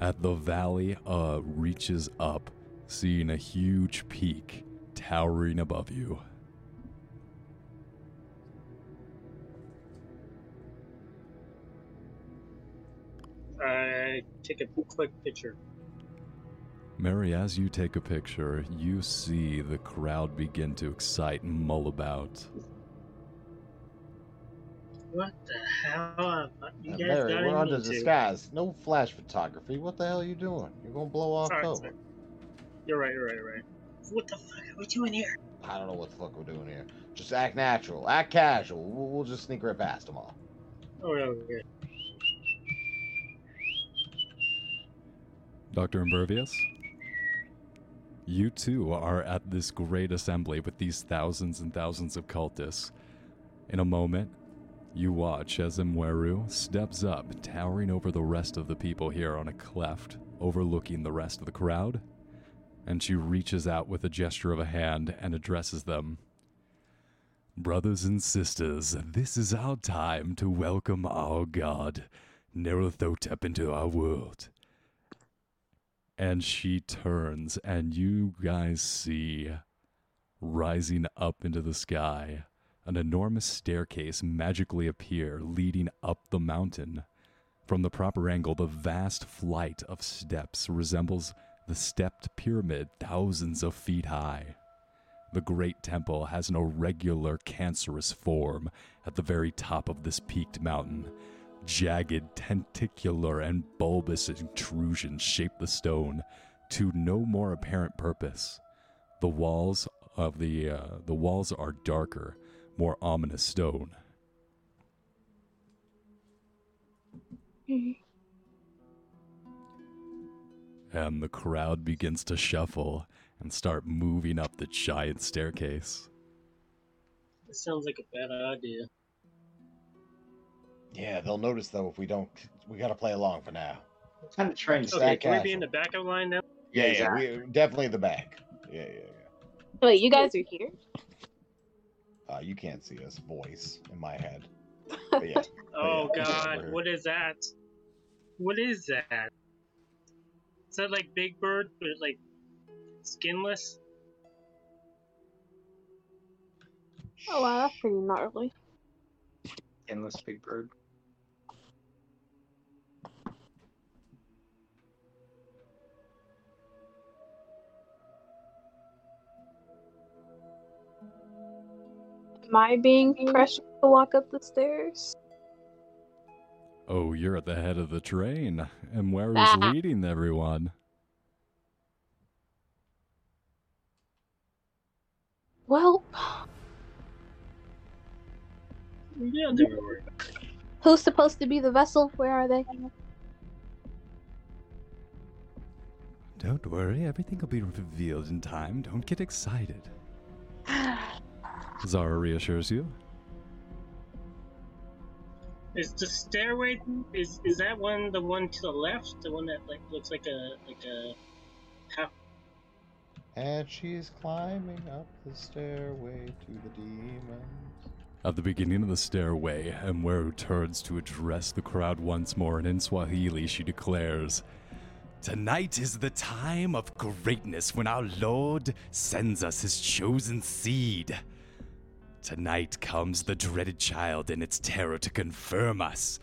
At the valley uh, reaches up, seeing a huge peak towering above you. I take a quick picture. Mary, as you take a picture, you see the crowd begin to excite and mull about. What the hell? have You Uh, guys Mary, got we're under into? disguise. No flash photography. What the hell are you doing? You're gonna blow off Sorry, cover. sorry. You're right. You're right. You're right. What the fuck are we doing here? I don't know what the fuck we're doing here. Just act natural. Act casual. We'll, we'll just sneak right past them all. Oh, we're over here. Dr. Impervious? You too are at this great assembly with these thousands and thousands of cultists. In a moment, you watch as Mweru steps up, towering over the rest of the people here on a cleft, overlooking the rest of the crowd, and she reaches out with a gesture of a hand and addresses them. Brothers and sisters, this is our time to welcome our god, Nerothotep, into our world and she turns and you guys see rising up into the sky an enormous staircase magically appear leading up the mountain from the proper angle the vast flight of steps resembles the stepped pyramid thousands of feet high the great temple has an irregular cancerous form at the very top of this peaked mountain Jagged, tentacular, and bulbous intrusions shape the stone to no more apparent purpose. The walls of the uh, the walls are darker, more ominous stone. and the crowd begins to shuffle and start moving up the giant staircase. This sounds like a bad idea. Yeah, they'll notice though if we don't. We gotta play along for now. I'm kind of trying to. Just Okay, act can we be in casual. the back of the line now? Yeah, yeah, we, definitely the back. Yeah, yeah, yeah. Wait, you guys are here? Uh, you can't see us. Voice in my head. But (laughs) yeah, Oh yeah, it's over god, here. what is that? What is that? Is that like Big Bird, but like skinless? Oh wow, that's pretty gnarly. Endless Big Bird. Am I being pressured to walk up the stairs? Oh, you're at the head of the train, and where is Ah. leading everyone? Well, Yeah, they were. Who's supposed to be the vessel? Where are (sighs) they? Don't worry, everything will be revealed in time. Don't get excited. Zara reassures you. Is the stairway is is that one the one to the left? The one that like looks like a like a half And she's climbing up the stairway to the demons. At the beginning of the stairway, Mweru turns to address the crowd once more, and in Swahili she declares, Tonight is the time of greatness when our Lord sends us his chosen seed. Tonight comes the dreaded child in its terror to confirm us.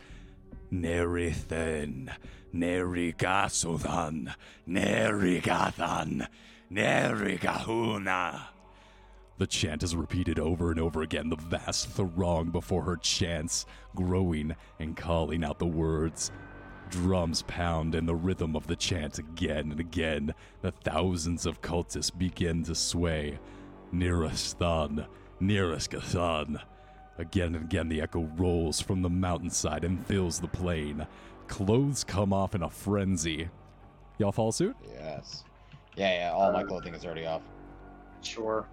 Nerithen, Nerigasuthan, Nerigathan, Nerigahuna. The chant is repeated over and over again, the vast throng before her chants growing and calling out the words. Drums pound in the rhythm of the chant again and again. The thousands of cultists begin to sway. Nearest thun, nearest thun. Again and again, the echo rolls from the mountainside and fills the plain. Clothes come off in a frenzy. Y'all follow suit? Yes. Yeah, yeah, all my clothing is already off. Sure.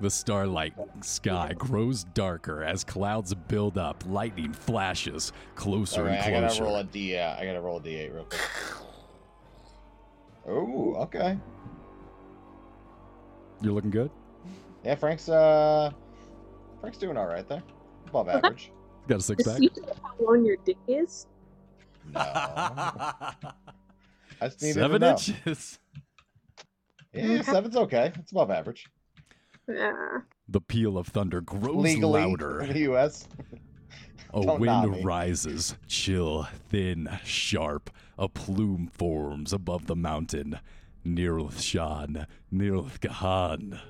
The starlight sky grows darker as clouds build up. Lightning flashes closer All right, I and gotta closer. roll a D. Uh, I gotta roll a D8 real quick. Oh, okay. You're looking good. Yeah, Frank's uh, Frank's doing all right there, (laughs) above average. Got a six Just pack. you know how long your dick is? No, I just needed Seven to know. inches. Yeah, seven's okay. It's above average. Nah. The peal of thunder grows Legally, in louder. the U.S. A Don't knock me. wind rises, chill, thin, sharp. A plume forms above the mountain. Nirlth Shan, Nirlth Gahan.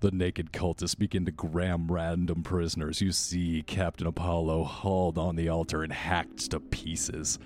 The naked cultists begin to gram random prisoners. You see Captain Apollo hauled on the altar and hacked to pieces.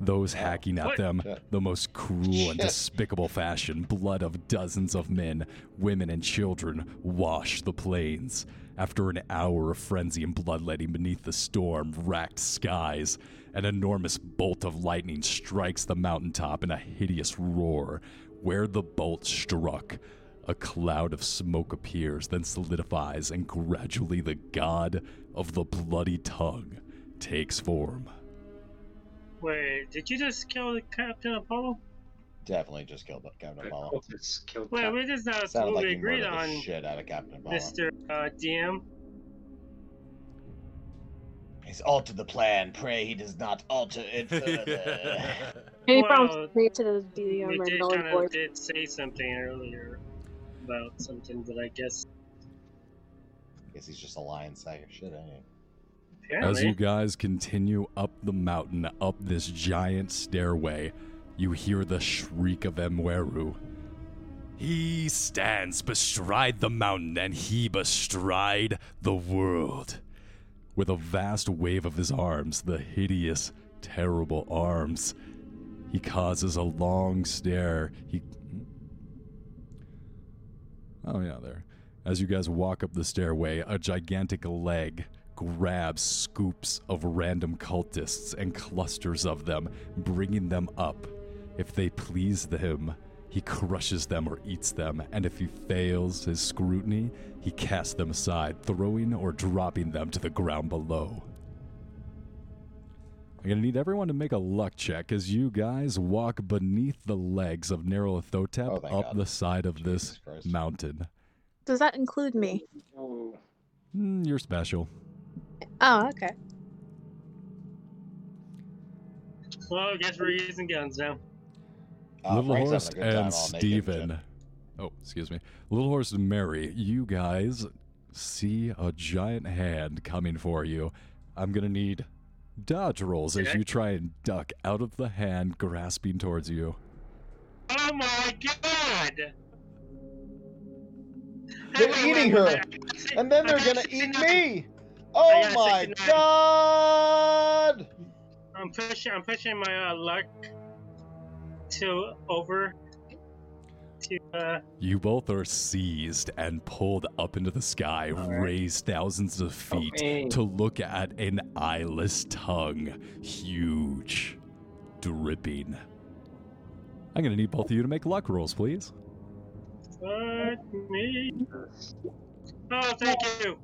Those hacking at What? them Shit. the most cruel and Shit. despicable fashion. Blood of dozens of men, women, and children wash the plains. After an hour of frenzy and bloodletting beneath the storm racked skies, an enormous bolt of lightning strikes the mountaintop in a hideous roar. Where the bolt struck, a cloud of smoke appears, then solidifies, and gradually the god of the bloody tongue takes form. Wait, did you just kill the Captain Apollo? Definitely just killed Captain Apollo. Cultists killed Wait, Cap- we just not Sounded like totally you agreed murdered on, the shit out of Captain Apollo. Mister uh, DM. He's altered the plan. Pray he does not alter (laughs) it further. Any Well, problems made to the um, DM we or did Melon kind Boy? of did say something earlier about something, but I guess Guess he's just a lion sack of shit, ain't he? As apparently you guys continue up the mountain, up this giant stairway, you hear the shriek of Emweru. He stands bestride the mountain, and he bestride the world. With a vast wave of his arms, the hideous, terrible arms, he causes a long stare. He. hmm? Oh, yeah, there. As you guys walk up the stairway, a gigantic leg grabs scoops of random cultists and clusters of them, bringing them up. If they please him, he crushes them or eats them, and if he fails his scrutiny, he casts them aside, throwing or dropping them to the ground below. I'm gonna need everyone to make a luck check as you guys walk beneath the legs of Nerolathotep Oh, up thank God. the side of this Jesus Christ. mountain. Does that include me? Oh, Mm, you're special. Oh, okay. well, I guess we're using guns now. Uh, Little Frank's Horse having a good and time all naked and shit. Steven. Oh, excuse me. Little Horse and Mary, you guys see a giant hand coming for you. I'm going to need dodge rolls as Okay. you try and duck out of the hand grasping towards you. Oh my god! They're Wait, wait, wait, eating her, wait. And then they're I'm gonna actually eat not- me! I Oh got a my 69. god! I'm pushing. I'm pushing my uh, luck to over to uh, You both are seized and pulled up into the sky, Alright. raised thousands of feet Okay. to look at an eyeless tongue, huge, dripping. I'm going to need both of you to make luck rolls, please. Fuck me. Oh, thank you.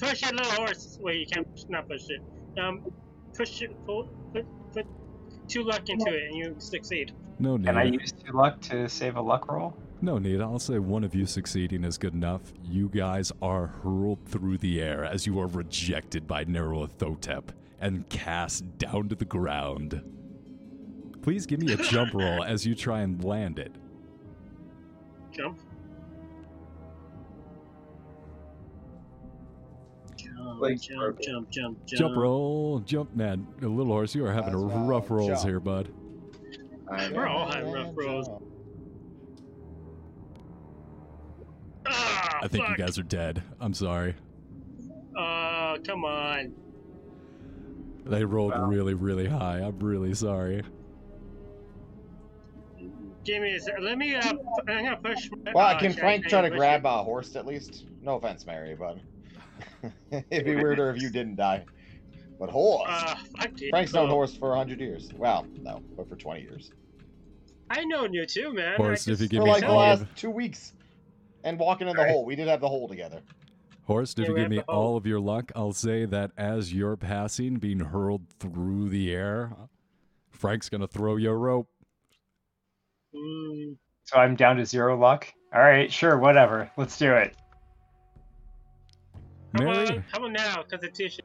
Push it, little horse. Wait, you can't push, not push it. Um, push it, pull, put, put two luck into it, and you succeed. No need. Can I use two luck to save a luck roll? No need. I'll say one of you succeeding is good enough. You guys are hurled through the air as you are rejected by Nerothotep and cast down to the ground. Please give me a jump roll as you try and land it. Jump. Jump, Legs jump, broken. jump, jump, jump. Jump roll, jump man. A little horse, you are having a That's right, rough rolls jump. here, bud. We're all having rough rolls. Ah, I think fuck. you guys are dead. I'm sorry. Oh, come on. They rolled Wow. really, really high. I'm really sorry. Give me a sec. Let me. Uh, I'm gonna push. My, Well, oh, can shit, Frank I try to can't push grab it. a horse at least? No offense, Mary, but (laughs) it'd be weirder if you didn't die. But horse. Uh, fuck you. Frank's known Oh, horse for hundred years. Well, no, but for twenty years. I know you too, man. Horse, I if you just- Give for me like the all of- last two weeks. And walking in the Alright. hole. We did have the hole together. Horst, if Yeah, you we give have me to all of your luck, I'll say that as you're passing, being hurled through the air, Frank's going to throw you a rope. Mm, So I'm down to zero luck. All right, sure, whatever. Let's do it. come Mary, on, come on now, because it's issue.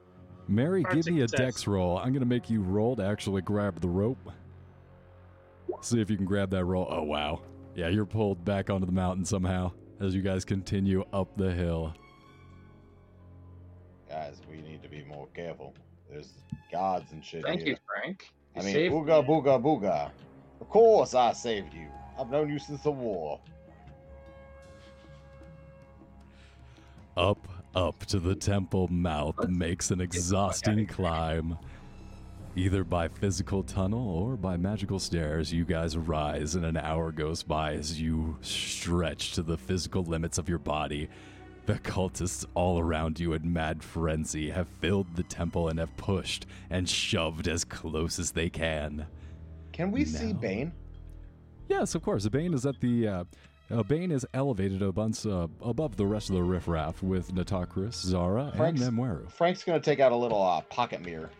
Mary, Hard give me a success. dex roll. I'm going to make you roll to actually grab the rope. See if you can grab that roll. Oh, wow. Yeah, you're pulled back onto the mountain somehow as you guys continue up the hill. Guys, we need to be more careful. There's gods and shit Thank here. you, Frank. I You mean, saved booga me. booga booga. Of course I saved you. I've known you since the war. Up, up to the temple mouth makes an exhausting climb. Either by physical tunnel or by magical stairs, you guys rise, and an hour goes by as you stretch to the physical limits of your body. The cultists all around you in mad frenzy have filled the temple and have pushed and shoved as close as they can. Can we see No. Bane? Yes, of course. Bane is at the. Uh, uh, Bane is elevated above, uh, above the rest of the riffraff with Natakris, Zara, Frank's- and Nemueru. Frank's gonna take out a little uh, pocket mirror,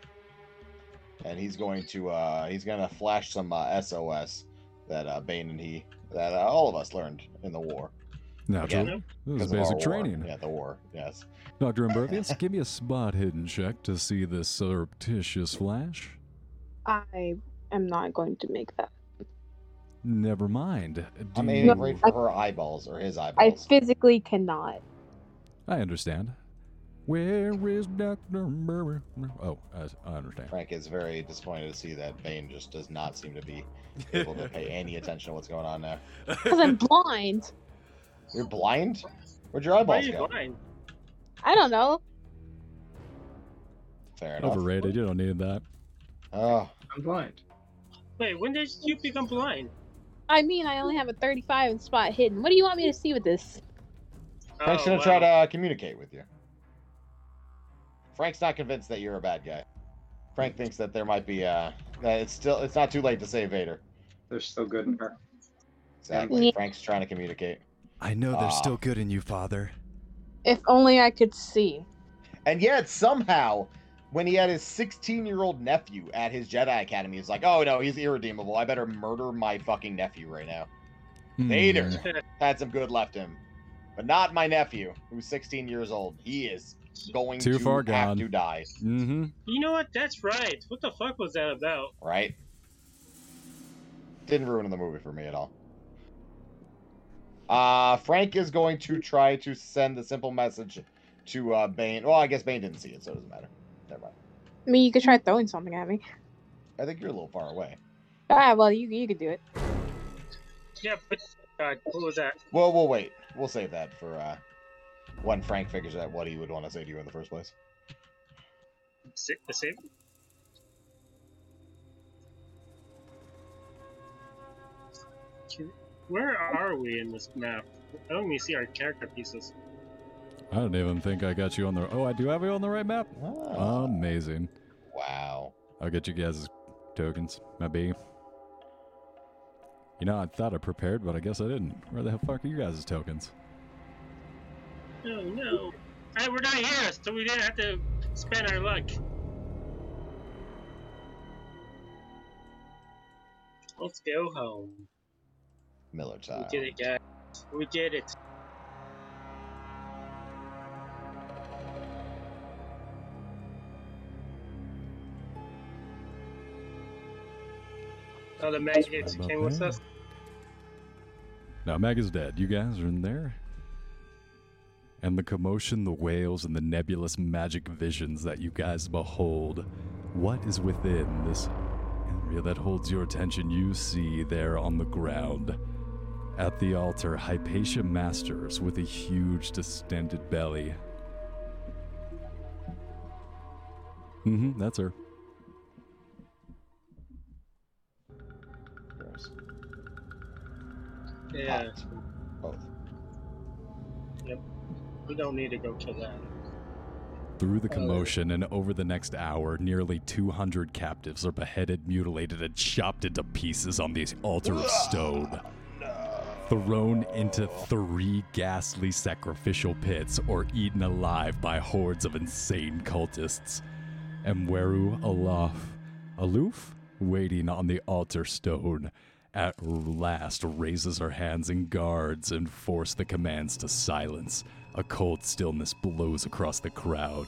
and he's going to uh, he's gonna flash some uh, SOS that uh, Bane and he that uh, all of us learned in the war. Naturally. Again, This is 'cause of our basic war. training. Yeah, the war. Yes. (laughs) Dr. Impervious, give me a spot hidden check to see this surreptitious flash. I am not going to make that. Never mind. Do I'm you- aiming right for her eyeballs or his I eyeballs. physically (laughs) cannot. I understand. Where is Dr. Impervious? Oh, I, I understand. Frank is very disappointed to see that Bane just does not seem to be (laughs) able to pay any attention to what's going on there. Because I'm blind. You're blind? Where'd your Why are eyeballs you go? blind? I don't know. Fair enough. Overrated. You don't need that. Oh, I'm blind. Wait, when did you become blind? I mean, I only have a 35 in spot hidden. What do you want me to see with this? Frank's Oh, gonna wow. try to uh, communicate with you. Frank's not convinced that you're a bad guy. Frank thinks that there might be uh that it's still it's not too late to save Vader. They're still good in her. Exactly. Yeah. Frank's trying to communicate. I know they're Ah. still good in you, Father. If only I could see. And yet somehow when he had his 16 year old nephew at his Jedi Academy, he's like, oh no, he's irredeemable. I better murder my fucking nephew right now. Hmm. Vader had some good left him, but not my nephew, who's 16 years old. He is going Too to far have gone. to die, Mhm. You know what? That's right. What the fuck was that about? right? Didn't ruin the movie for me at all. Uh, Frank is going to try to send the simple message to uh, Bane. Well, I guess Bane didn't see it, so it doesn't matter. Never mind. I mean, you could try throwing something at me. I think you're a little far away. Ah, well, you you could do it. Yeah, but God, what was that? Well, we'll wait. We'll save that for uh, when Frank figures out what he would want to say to you in the first place. Sa- The same? Can- Where are we in this map? I don't even see our character pieces. I don't even think I got you on the. Oh, I do have you on the right map. Oh, Amazing. wow. I'll get you guys tokens. My B. You know, I thought I prepared, but I guess I didn't. Where the hell fuck are you guys' tokens? No, no. Hey, we're not here, so we didn't have to spend our luck. Let's go home. Miller We time. did it, guys. We did it. Oh, the magnets How about came with that? us. Now, Meg is dead. You guys are in there. And the commotion, the wails, and the nebulous magic visions that you guys behold. What is within this area that holds your attention? You see there on the ground. At the altar, Hypatia Masters with a huge distended belly. Mm hmm, that's her. Gross. Yeah, Popped. Both. we don't need to go kill that. Through the commotion and over the next hour, nearly 200 captives are beheaded, mutilated, and chopped into pieces on the altar of stone. Oh, Thrown into three ghastly sacrificial pits or eaten alive by hordes of insane cultists. Emweru Alaf, aloof, waiting on the altar stone, at last raises her hands in guards and force the commands to silence. A cold stillness blows across the crowd.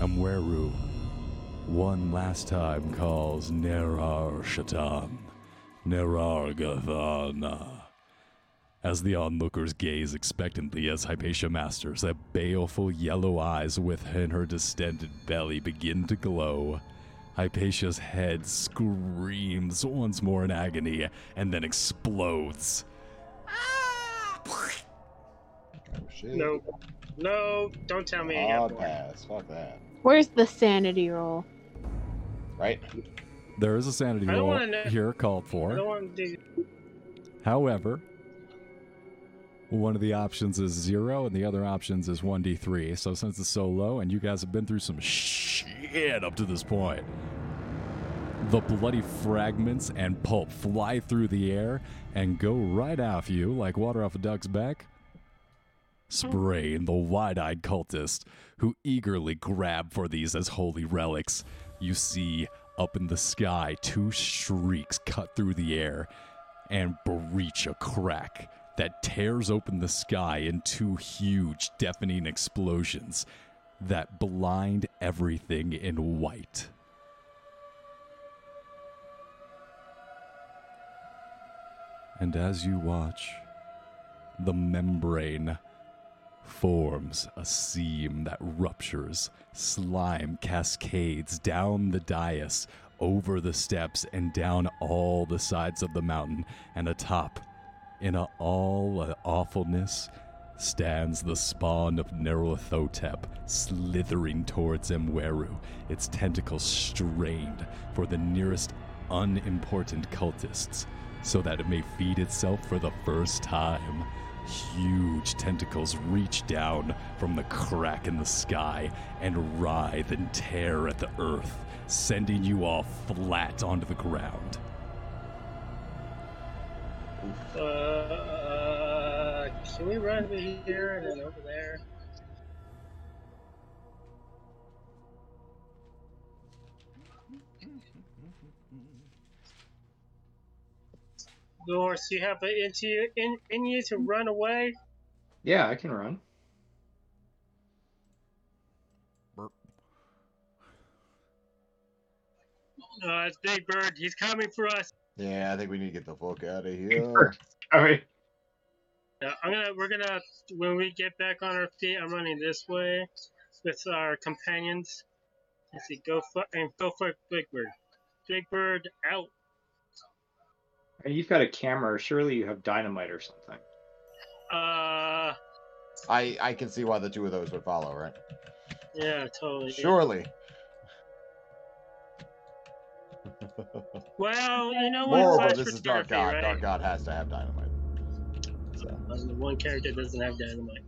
Amweru, one last time, calls Nerar Shatan, Nerar Gathana. As the onlookers gaze expectantly as Hypatia Masters, that baleful yellow eyes within her distended belly begin to glow, Hypatia's head screams once more in agony and then explodes. Oh, shit. No, no, don't tell me. I got Hard bored. pass. Fuck that. Where's the sanity roll? Right? There is a sanity I don't roll wanna know- here called I don't for. want to do. However, one of the options is zero and the other options is 1d3. So since it's so low and you guys have been through some shit up to this point, the bloody fragments and pulp fly through the air and go right off you like water off a duck's back. Spraying the wide eyed cultist who eagerly grab for these as holy relics. You see up in the sky two shrieks cut through the air and breach a crack that tears open the sky in two huge, deafening explosions that blind everything in white. And as you watch, the membrane forms a seam that ruptures. Slime cascades down the dais, over the steps, and down all the sides of the mountain and atop. In a all awfulness stands the spawn of Nerlothotep, slithering towards Mweru, its tentacles strained for the nearest unimportant cultists, so that it may feed itself for the first time. Huge tentacles reach down from the crack in the sky and writhe and tear at the earth, sending you all flat onto the ground. Uh, can we run over here and then over there? Doris, you have it into you, in, in you to run away. Yeah, I can run. Uh, it's Big Bird. He's coming for us. Yeah, I think we need to get the fuck out of here. Bird. All right. Uh, I'm gonna. We're gonna. When we get back on our feet, I'm running this way with our companions. I see. Go for and go for Big Bird. Big Bird out. And you've got a camera. Surely you have dynamite or something. Uh. I I can see why the two of those would follow, right? Yeah. Totally. Surely. Well, you know what? Moreover, Flash this is photography, Dark God. right? Dark God has to have dynamite. So Uh, the One character doesn't have dynamite.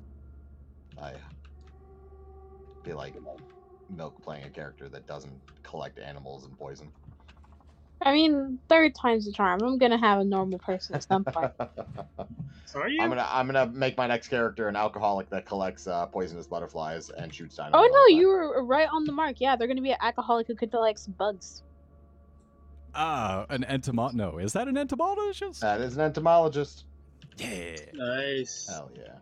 I (laughs) feel like Milk playing a character that doesn't collect animals and poison. I mean, third time's the charm. I'm gonna have a normal person at some (laughs) point. I'm Are you? gonna I'm gonna make my next character an alcoholic that collects uh, poisonous butterflies and shoots Oh dynamite. all the no, time. you were right on the mark. Yeah, they're gonna be an alcoholic who collects bugs. Ah, an entomo. No, is that an entomologist? That is an entomologist. Yeah. Nice. Hell yeah.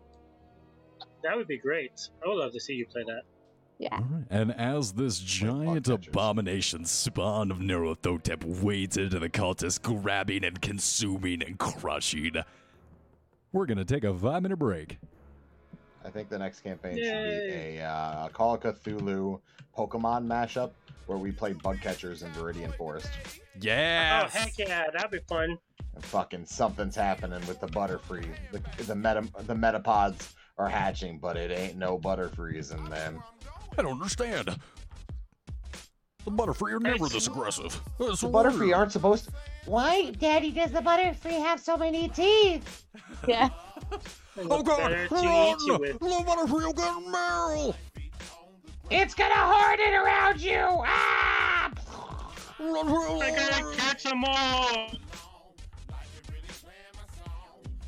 That would be great. I would love to see you play that. Yeah. All right. And as this giant catchers. abomination spawn of Neurothotep wades into the cultists, grabbing and consuming and crushing, we're going to take a five minute break. I think the next campaign should Yay. be a uh, Call of Cthulhu Pokemon mashup where we play bug catchers in Viridian Forest. Yes. Oh heck yeah, that'd be fun. And fucking something's happening with the Butterfree. The, the meta the metapods are hatching, but it ain't no Butterfrees in them. I don't understand. The Butterfree are never this aggressive. It's The weird. Butterfree aren't supposed (laughs) to. Why, Daddy, does the butterfree have so many teeth? Yeah. And Oh the god, better to run! eat you with. Little Butterfree will get a marrow! It's gonna hoard it around you! Ah! Run for your I gotta life. catch them all.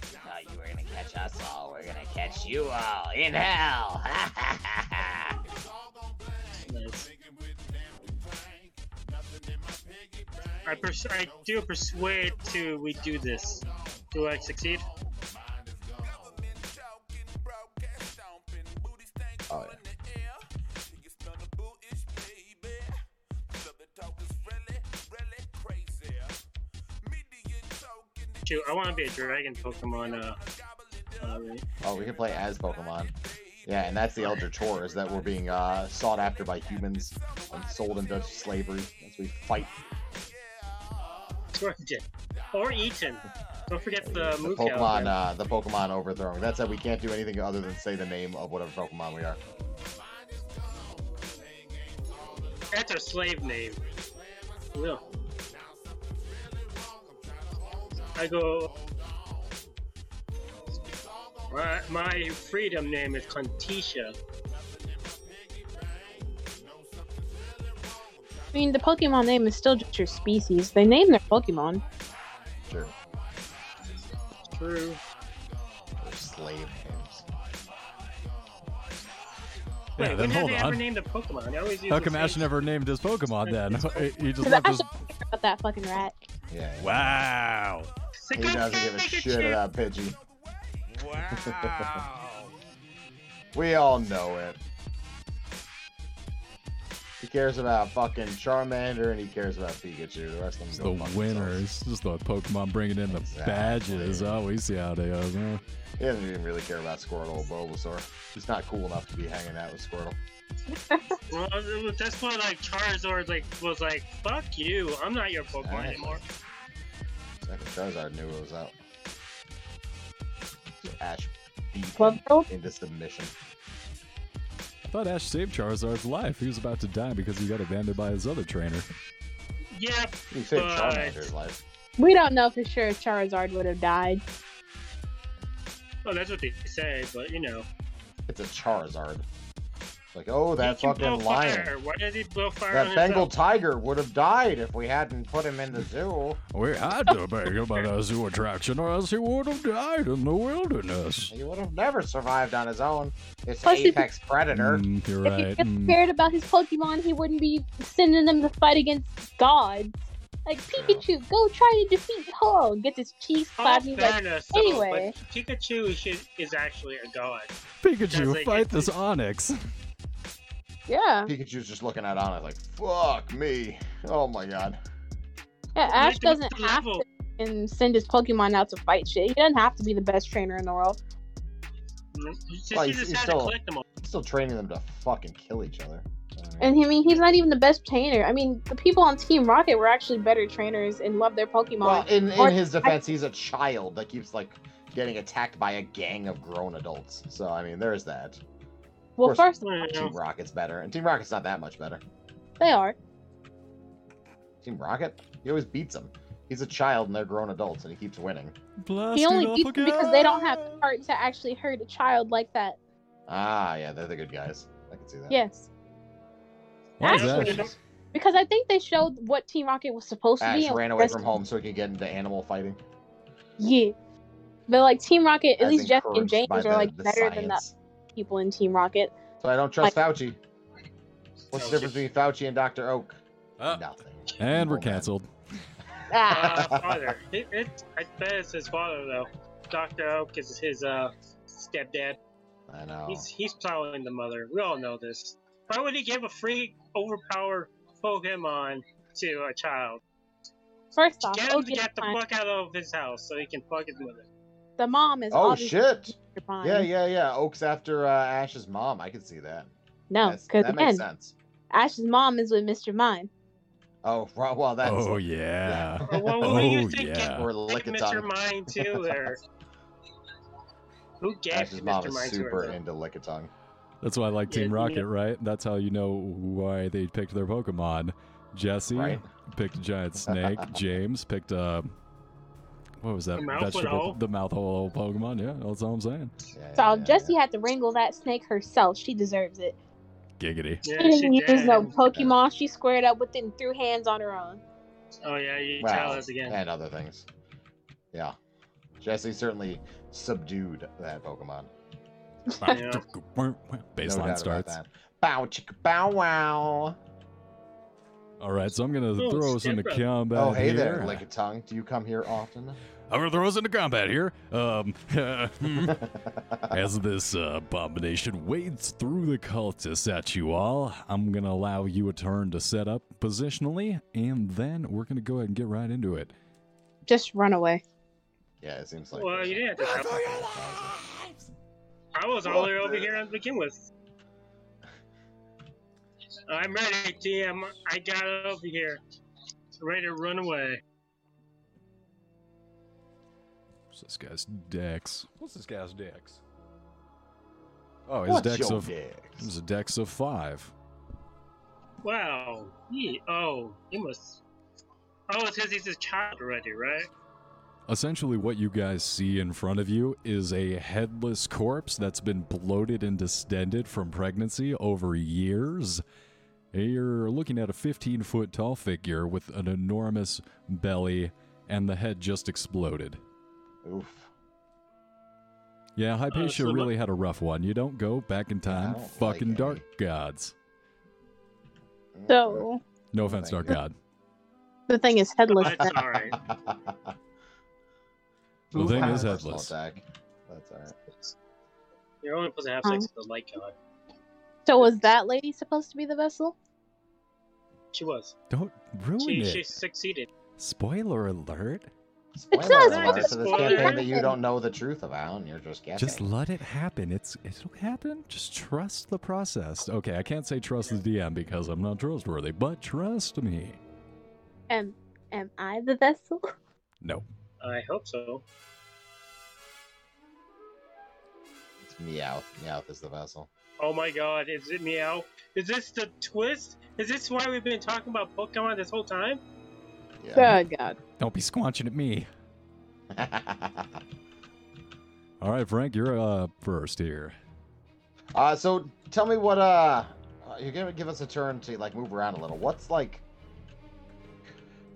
thought Oh, you were gonna catch us all. We're gonna catch you all in hell! (laughs) Nice. I, pers- I do persuade to we do this. Do I succeed? Oh, yeah. Shoot, I want to be a dragon Pokemon. Uh, uh, oh, we can play as Pokemon. Yeah, and that's the Elder Chore is that we're being uh, sought after by humans and sold into slavery as we fight Georgia. or Eaton. Don't forget the, the move Pokemon. calendar. Uh, the Pokemon overthrowing. That's it. We can't do anything other than say the name of whatever Pokemon we are. That's a slave name. Yeah. I go. My, my freedom name is Contisha. I mean, the Pokemon name is still just your species. They name their Pokemon. Sure. True. Or slave names. Yeah, Wait, then when have hold they ever on. named a Pokemon? They always use How the come same- Ash never named his Pokemon (laughs) then? he just Because left I his. don't care about that fucking rat. Yeah. yeah. Wow. Say, He "Go doesn't get give a Pikachu!" shit about Pidgey. Wow. (laughs) We all know it. He cares about fucking Charmander and he cares about Pikachu. The rest of them. It's go the fuck themselves. winners. Just the Pokemon bringing in the Exactly. badges. Oh, we see how they are. man. He doesn't even really care about Squirtle or Bulbasaur. He's not cool enough to be hanging out with Squirtle. Well, it was- that's why like Charizard like was like, "Fuck you! I'm not your Pokemon Exactly. anymore." Second Charizard knew it was out. So Ash beat Well, him no. into submission. I thought Ash saved Charizard's life. He was about to die because he got abandoned by his other trainer. Yeah, You saved But- Charmander's life. We don't know for sure if Charizard would have died. well, oh, that's what they say, but you know, It's a Charizard. It's like, oh, that he can blow fucking lion. Fire. Why does he blow fire on That Bengal himself? tiger would have died if we hadn't put him in the zoo. We had to beg him about a (laughs) zoo attraction, or else he would have died in the wilderness. He would have never survived on his own. It's Plus, if- apex predator. Mm, you're If he right. was Mm. scared about his Pokemon, he wouldn't be sending them to fight against gods. Like Pikachu, go try to defeat Ho. Get his cheese All clapped. He's like, fairness, though, anyway. but Pikachu should, is actually a god. Pikachu, Sounds like fight it's- this Onyx. yeah, Pikachu's just looking at Anna like, "Fuck me! Oh my god!" yeah. Ash Like, what's doesn't the have level? to and send his Pokemon out to fight shit. He doesn't have to be the best trainer in the world. He just, Well, he he's- just he's had still- to collect them (laughs) all. Still training them to fucking kill each other. And I mean, he's not even the best trainer. I mean, the people on Team Rocket were actually better trainers and love their Pokemon. well, in, Or- in his defense, he's a child that keeps like getting attacked by a gang of grown adults. So I mean, there's that. well, course- first You Team know, Rocket's better, and Team Rocket's not that much better. they are. Team Rocket, he always beats him. He's a child, and they're grown adults, and he keeps winning. He only beats them because they don't have the heart to actually hurt a child like that. Ah, yeah, they're the good guys. I can see that. Yes. Why is Ash Ash- would've- Because I think they showed what Team Rocket was supposed to be. Ash and ran away rest- from home so he could get into animal fighting. Yeah, but like Team Rocket, at as least Jeff and encouraged James by are the- like the better than the science. people in Team Rocket. So I don't trust Fauci. What's the difference between Fauci and Dr. Oak? Uh, Nothing. And we're Evil man. canceled. Ah, Uh, father. It, it, I bet it's his father though. Doctor Oak is his uh, stepdad. I know. He's he's plowing the mother. We all know this. Why would he give a free overpower Pokemon to a child? first off, Get oh, him to get the fuck out of his house so he can fuck his mother. the mom is Oh obviously shit! fine. Yeah, yeah, yeah. Oak's after uh, Ash's mom. I can see that. No, That's- because that again, makes sense. Ash's mom is with Mr. Mime. Oh, (laughs) right, well, that's oh yeah. Or what, what were Oh, you thinking? yeah. or Like lick a Mr. tongue. Mine (laughs) too, or who gave Ash's mom Mr. is Mine to super her? into lick a tongue. That's why I like Team Yeah. Rocket, right? That's how you know why they picked their Pokemon. Jesse Right. picked a (laughs) giant snake. James picked a what was that A mouth vegetable? hole. The mouth hole Pokemon. Yeah, that's all I'm saying. Yeah, So yeah, yeah, Jessie yeah. had to wrangle that snake herself. She deserves it. Giggity. Yeah, (laughs) She didn't she use no did. Pokemon. She squared up with it and threw hands on her own. Oh yeah, you Well, tell us again. and other things. Yeah, Jesse certainly subdued that Pokemon. Yeah. No (laughs) Baseline doubt about starts. that. Bow chicka bow wow. All right, so I'm gonna Oh, throw us into Skipper. combat oh hey here. there, lick a tongue. Do you come here (laughs) often? (laughs) I'm gonna throw us into combat here. Um, hmm. As this uh, abomination wades through the cultists at you all, I'm going to allow you a turn to set up positionally, and then we're going to go ahead and get right into it. Just run away. yeah, it seems like. Well, you didn't have to. help. I was all the way over here to begin with. I'm ready, GM. I got over here, ready to run away. What's this guy's dex? What's this guy's dex? Oh, his What's dex your of dicks? his dex of five. Wow. He, oh, he must. Oh, it's because he's a child already, (laughs) right? Essentially, what you guys see in front of you is a headless corpse that's been bloated and distended from pregnancy over years. You're looking at a 15 foot tall figure with an enormous belly, and the head just exploded. Oof. Yeah, Hypatia Uh, so my- really had a rough one. You don't go back in time, don't like fucking any. dark gods. So No offense, Thank dark you. god. the thing is headless. That's all (laughs) right. The thing Ooh, is personal headless. attack. That's alright. You're only supposed to have Oh. sex with the light god. so was that lady supposed to be the vessel? She was. Don't ruin She, she it. succeeded. Spoiler alert. not Spoiler alert supposed to to this spoil campaign that you anything. don't know the truth about. and You're just guessing. Just let it happen. It's it'll happen. Just trust the process. Okay, I can't say trust the DM because I'm not trustworthy, but trust me. Am am I the vessel? No. I hope so. It's Meowth. Meowth is the vessel. Oh my god, is it Meow? Is this the twist? Is this why we've been talking about Pokemon this whole time? Oh God. Don't be squanching at me. All right, Frank, you're uh, first here. (laughs) uh, so tell me what uh, uh, you're gonna give us a turn to like move around a little. What's like?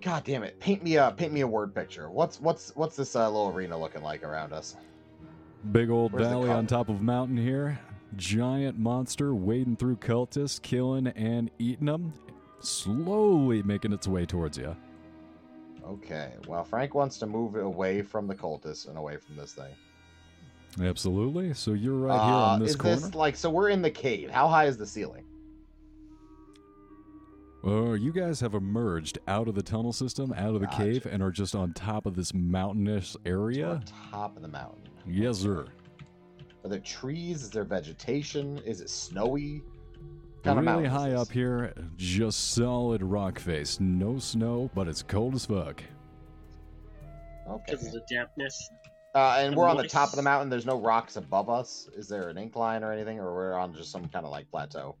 God damn it! Paint me a paint me a word picture. What's what's what's this uh, little arena looking like around us? Big old Where's the valley cult? on top of mountain here. Giant monster wading through cultists, killing and eating them. Slowly making its way towards you. Okay. Well, Frank wants to move away from the cultists and away from this thing. Absolutely. So you're right uh, here on this is corner. this like so? We're in the cave. How high is the ceiling? Oh, you guys have emerged out of the tunnel system, out of the Gotcha. cave, and are just on top of this mountainous So we're area. on top of the mountain. Yes, sir. Are there trees? Is there vegetation? Is it snowy? What kind of Really mountain is high this? up here, just solid rock face. No snow, but it's cold as fuck. Okay. Because of the dampness. Uh, and the we're on the top of moist- the mountain. There's no rocks above us. Is there an incline or anything, or we're on just some kind of like plateau?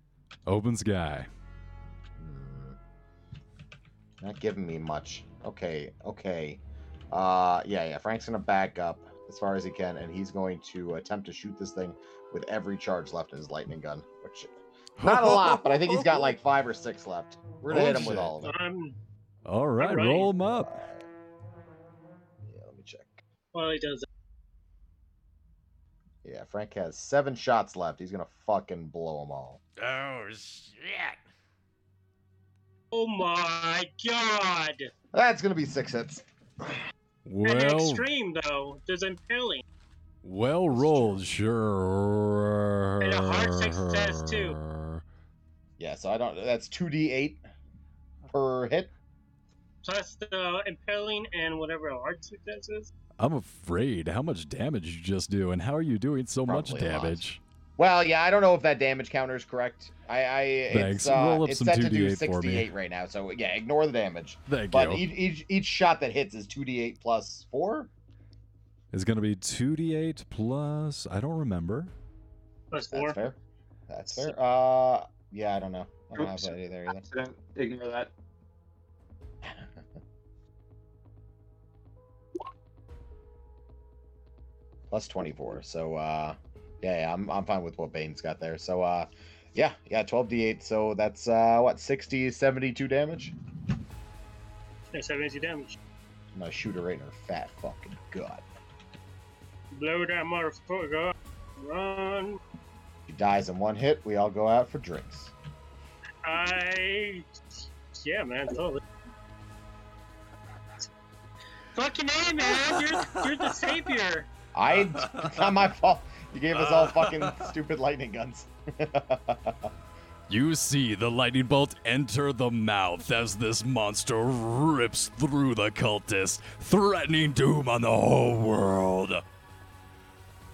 Open sky. Hmm. Not giving me much. Okay. Okay. Uh, yeah, yeah. Frank's gonna back up as far as he can, and he's going to attempt to shoot this thing with every charge left in his lightning gun, which Not a lot, but I think he's got like five or six left. We're gonna Oh, hit him with shit. all of them. Um, All right, Alright. roll them up. Yeah, let me check. while he does Yeah, Frank has seven shots left. He's gonna fucking blow them all. Oh (laughs) shit! Oh my god! That's gonna be six hits. At an Well, extreme though, there's impaling. well rolled, sure. And a hard success, too. Yeah, so I don't. That's two d eight per hit. Plus the impaling and whatever a hard success is. I'm afraid how much damage you just do, and how are you doing so much Probably a lot. damage? Well, yeah, I don't know if that damage counter is correct. I, I Thanks. it's uh, Roll up it's some set to do 2d8 for me. sixty eight right now. So yeah, ignore the damage. Thank But you. each, each each shot that hits is two d eight plus four. It's going to be 2d8 plus, I don't remember. Plus That's four. fair. That's fair. Uh, yeah, I don't know. I don't Oops. have that either. (laughs) either. Accident. Ignore that. plus 24 so uh yeah, yeah I'm, I'm fine with what bane's got there so uh yeah yeah 12d8 so that's uh what 60 72 damage That's 70 damage. i'm gonna shoot her right in her fat fucking gut Blow that motherfucker. up. Run. she dies in one hit we all go out for drinks I. Yeah, man, totally. Fucking A, man! You're, you're the savior! i it's not my fault you gave us all fucking stupid lightning guns (laughs) Oh You see the lightning bolt enter the mouth as this monster rips through the cultist, threatening doom on the whole world.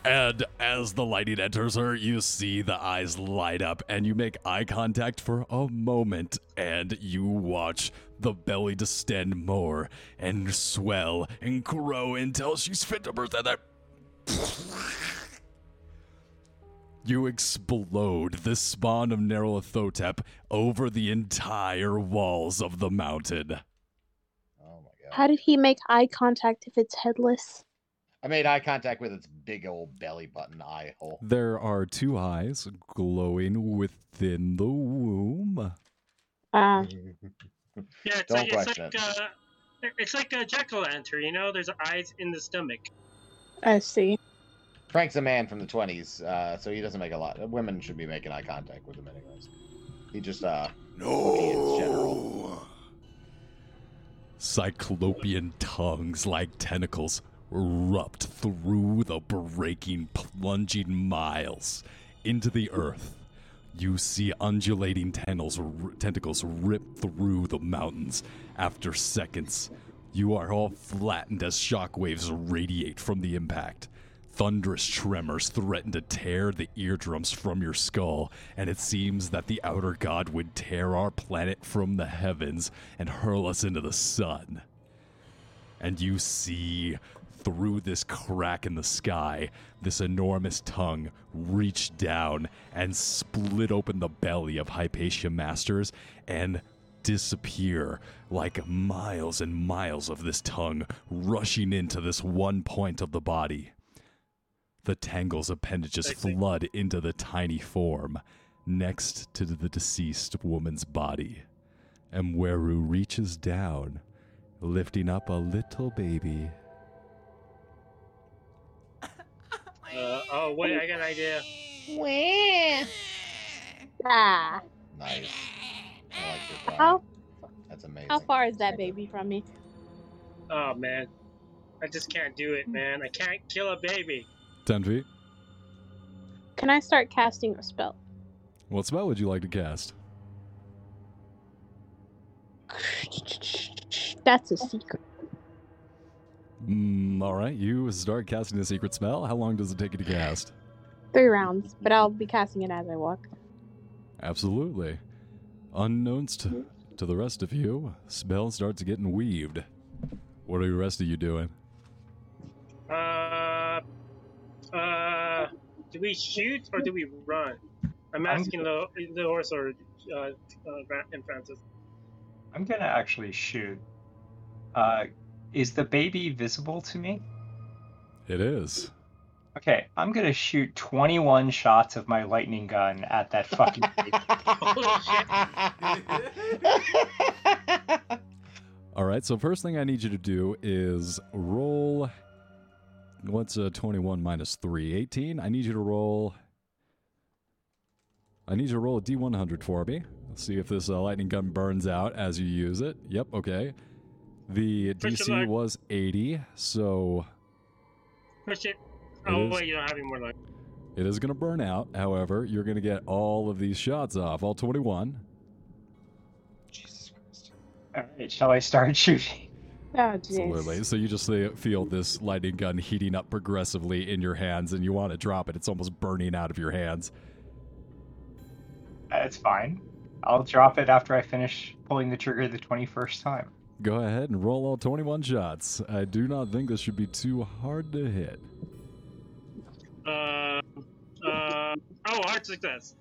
And as the lightning enters her, you see the eyes light up and you make eye contact for a moment and you watch the belly distend more and swell and grow until she's fit to burst and then You explode the spawn of Neralathotep over the entire walls of the mountain. oh my How god did he make eye contact if it's headless? i made eye contact with its big old belly button eye hole There are two eyes glowing within the womb. Yeah, Uh, it's Don't like, it's question like, uh, it's like a jack o' lantern, you know? There's eyes in the stomach. I see. frank's a man from the 20s uh so he doesn't make a lot women should be making eye contact with him anyways he just uh No. general. Cyclopean tongues like tentacles erupt through the breaking, plunging miles into the earth. You see undulating tendrils, r- tentacles rip through the mountains. After seconds, you are all flattened as shockwaves radiate from the impact. Thunderous tremors threaten to tear the eardrums from your skull, and it seems that the outer god would tear our planet from the heavens and hurl us into the sun. And you see through this crack in the sky, this enormous tongue reach down and split open the belly of Hypatia Masters and disappear like miles and miles of this tongue rushing into this one point of the body. The tangle's appendages I see. flood into the tiny form next to the deceased woman's body. And Weru reaches down, lifting up a little baby. Uh, oh, wait, I got an idea. Ah, Nice. I like this. How- That's amazing. how far is that (laughs) baby from me? Oh, man. I just can't do it, man. I can't kill a baby. 10 feet. Can I start casting (laughs) a spell? What spell would you like to cast? That's a secret. Mm, all right, you start casting a secret spell. How long does it take you to cast? Three rounds, but I'll be casting it as I walk. Absolutely. Unknownst to the rest of you, spell starts getting weaved. What are the rest of you doing? Uh, uh, do we shoot or do we run? I'm asking the the horse or uh, uh, Ra- and Francis. I'm gonna actually shoot. Uh, is the baby visible to me? It is. Okay, I'm gonna shoot 21 shots of my lightning gun at that (laughs) fucking. thing. All right, so first thing I need you to do is roll. What's a 21 minus 3? 18? I need you to roll. I need you to roll a d100 for me. Let's see if this uh, lightning gun burns out as you use it. Yep, okay. The Push it DC back. was 80, so Push it. It Oh is. wait, you don't have any more life. it is going to burn out. However, you're going to get all of these shots off, all 21. Jesus Christ. All right, shall I start (laughs) shooting? Oh, Absolutely. jeez. So you just uh, feel this lightning gun heating up progressively in your hands, and you want to drop it. It's almost burning out of your hands. That's fine. I'll drop it after I finish pulling the trigger the 21st time. Go ahead and roll all 21 shots. I do not think this should be too hard to hit. Uh, uh, oh, hard success.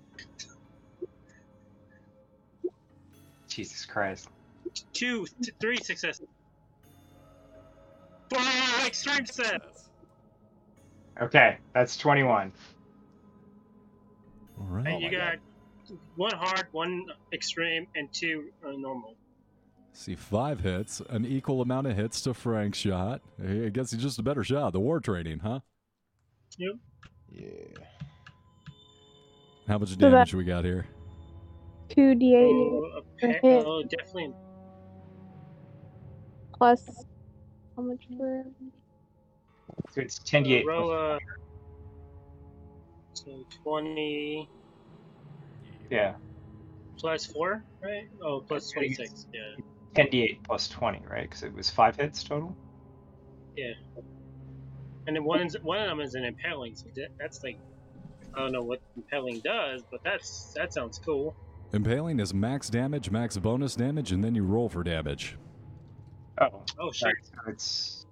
Jesus Christ. Two, t- three successes. Four extreme set. Okay, that's 21. All right. and you got one hard, one extreme, and two uh, normal. See, five hits, an equal amount of hits to Frank's shot. I guess he's just a better shot. The war training, huh? Yeah. How much that- damage we got here? Two D eight Oh, a pa- hit. oh, definitely. plus how much for So it's 10 d8 plus Roll uh, so twenty Yeah, plus four, right? Oh, plus Thirty. twenty-six. Yeah. 10d8 plus 20, right? Because it was five hits total. And then one is, one of them is an impaling, so that, that's like I don't know what impaling does, but that's that sounds cool. Impaling is max damage, max bonus damage, and then you roll for damage. Oh, Oh shit! sorry. So it's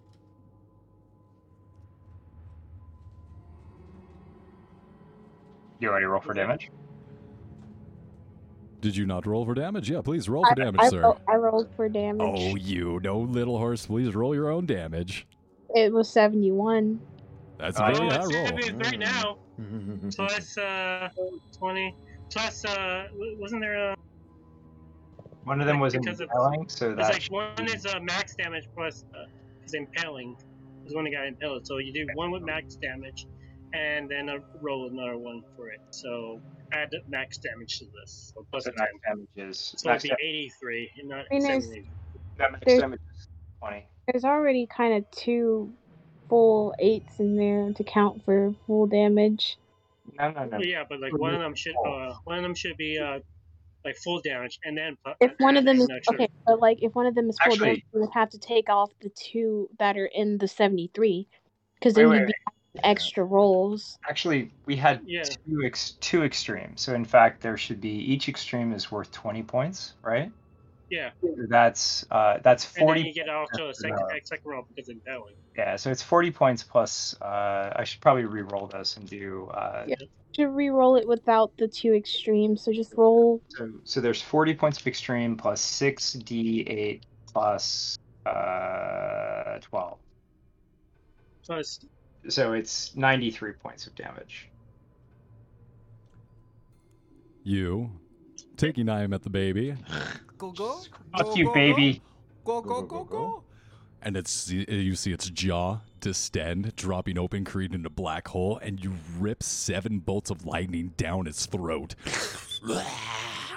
you already roll for damage. Did you not roll for damage? Yeah, please roll for damage, I, sir. ro- I rolled for damage. Oh, you no little horse. Please roll your own damage. It was seventy one. That's a Oh, Oh, very yeah, high it's roll. seventy-three now. Plus uh, twenty. Plus uh, w- wasn't there a? One of them Like, was because of- impaling, so It's like that's one is uh, max damage plus uh, is impaling. Is when it got impaled, so you do one with max damage, and then uh, roll another one for it. So add max damage to this. So plus so ten. max damage is So it'd max, be da- eighty-three, and not Very nice. seventy. that max There's- damage is twenty. There's already kind of two full eights in there to count for full damage. No, no, no. Yeah, but like one of them should uh, one of them should be uh, like full damage, and then pu- If one of them is an extra- okay, but like if one of them is full Actually- damage, you would have to take off the two that are in the seventy three, because then Wait, you'd wait, be extra rolls. Actually, we had Yeah. two ex- two extremes. So in fact, there should be each extreme is worth twenty points, right? Yeah. That's uh that's and then forty. you get also a second, uh, a second roll because of that one. Yeah, so it's forty points plus. Uh, I should probably re-roll this and do. Uh, Yeah. To re-roll it without the two extremes, so just roll So so there's forty points of extreme plus six d eight plus uh twelve. Plus, So it's ninety three points of damage. You taking aim at the baby, Go go. Fuck Go, you, go, go. baby. Go go go go. and it's you see its jaw distend, dropping open, creating a black hole, and you rip seven bolts of lightning down its throat.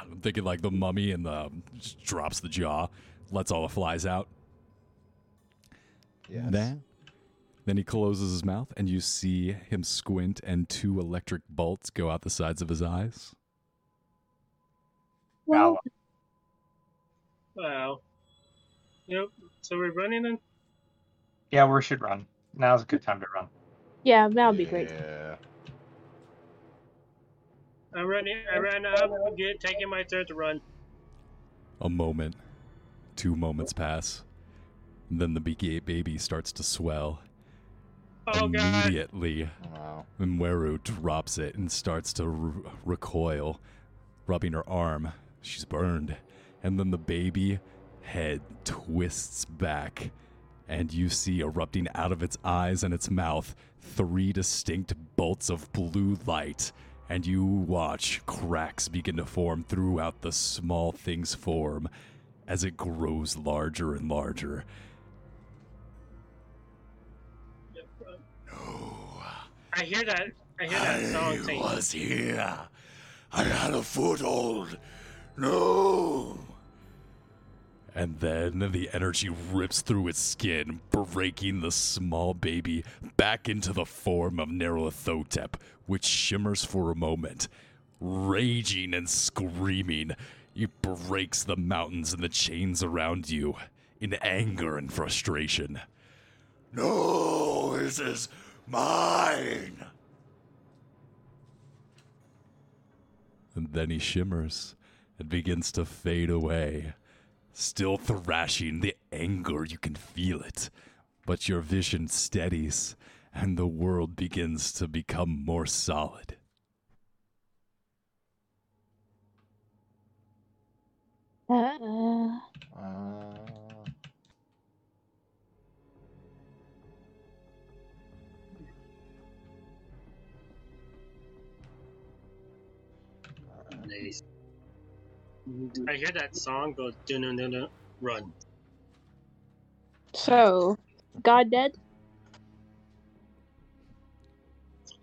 I'm thinking like the mummy and the um, just drops the jaw, lets all the flies out. Yes. Then, then he closes his mouth, and you see him squint, and two electric bolts go out the sides of his eyes. Wow. wow. Yep. So we're running in. Yeah, we should run. Now's a good time to run. Yeah, that would be great. Yeah. I'm running. I ran up. Good. Taking my turn to run. A moment, two moments pass. Then the BK baby starts to swell. Oh god. Immediately, Wow. Mweru drops it and starts to r- recoil, rubbing her arm. She's burned. And then the baby head twists back and you see erupting out of its eyes and its mouth three distinct bolts of blue light, and you watch cracks begin to form throughout the small thing's form as it grows larger and larger. I hear that. I hear that song thing. was here. I had a foothold. No. And then the energy rips through its skin, breaking the small baby back into the form of Nerlathotep, which shimmers for a moment. Raging and screaming, it breaks the mountains and the chains around you in anger and frustration. No, this is mine. And then he shimmers and begins to fade away, still thrashing the anger. You can feel it, but your vision steadies and the world begins to become more solid. Uh, Uh, Nice. I hear that song go dun dun dun dun. Run. so, God dead?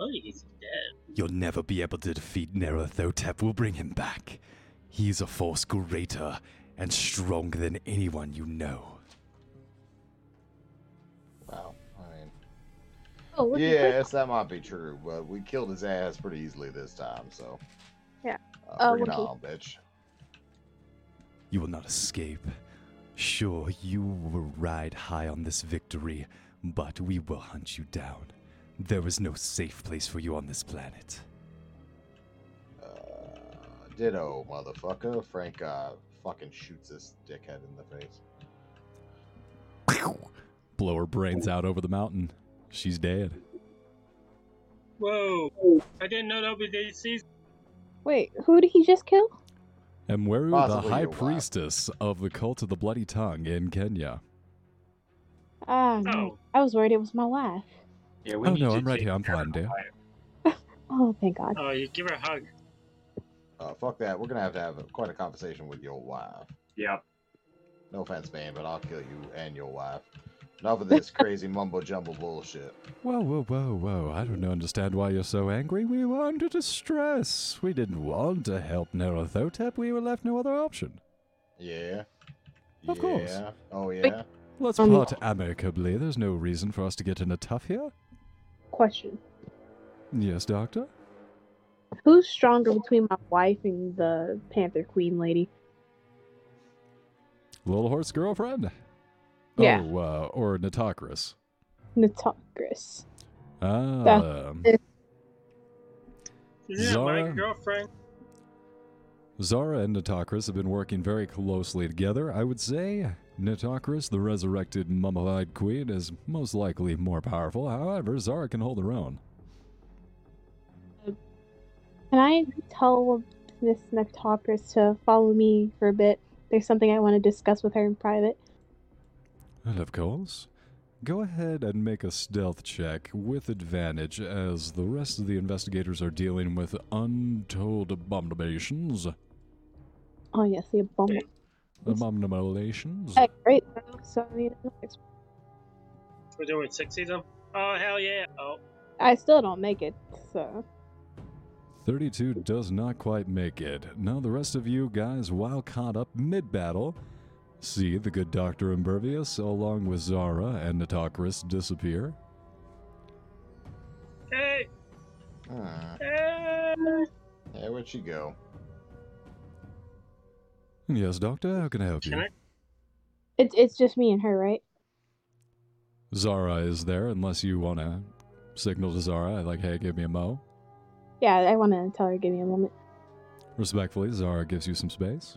Oh, he's dead. You'll never be able to defeat Nerathotep. We'll bring him back. He is a force greater and stronger than anyone you know. well, I mean, Oh, look at this. yes, that might be true, but we killed his ass pretty easily this time, so. Yeah. Uh, Oh, Uh, bring it Wookie. on, bitch. You will not escape. Sure, you will ride high on this victory, but we will hunt you down. There is no safe place for you on this planet. Uh, ditto, motherfucker. Frank uh, fucking shoots this dickhead in the face. (laughs) Blow her brains out over the mountain. She's dead. Whow. I didn't know that was ADC's. Wait, who did he just kill? Mweru, the Possibly high your wife. priestess of the cult of the bloody tongue in Kenya. Ah, Oh. no. I was worried it was my wife. Yeah, we Oh, need no, to I'm right take here. I'm care of fine, the Dale. fire. Oh, thank God. Oh, you give her a hug. Uh, fuck that. We're gonna have to have quite a conversation with your wife. Yep. No offense, man, but I'll kill you and your wife. Enough of this crazy mumbo jumbo bullshit. Whoa, whoa, whoa, whoa. I don't understand why you're so angry. We were under distress. We didn't want to help Nerathotep. We were left no other option. Yeah. Of course. Yeah. Oh yeah. Let's Um, part amicably. There's no reason for us to get in a tough here. Question. Yes, Doctor? Who's stronger between my wife and the Panther Queen lady? Little Horse Girlfriend? Yeah. Oh, uh, or Natokris. Natagris. Ah. Yeah, my Zara. girlfriend. Zara and Natokris have been working very closely together. I would say Natokris, the resurrected mummified queen, is most likely more powerful. However, Zara can hold her own. Can I tell Miss Natagris to follow me for a bit? There's something I want to discuss with her in private. And of course, go ahead and make a stealth check with advantage as the rest of the investigators are dealing with untold abominations. Oh, yes, the abomination. Abominations? Hey, great. So I need an extra- We're doing sexy them. Oh hell yeah. Oh, I still don't make it, so. 32 does not quite make it. Now, the rest of you guys, while caught up mid battle, see the good Dr. Impervious along with Zara and Natokris disappear. hey, Hmm. hey. There would she go. Yes, Doctor, how can I help you? Can I? It's, it's just me and her, right? Zara is there, unless you want to signal to Zara, like, hey, give me a mo. Yeah, I want to tell her, give me a moment. Respectfully, Zara gives you some space.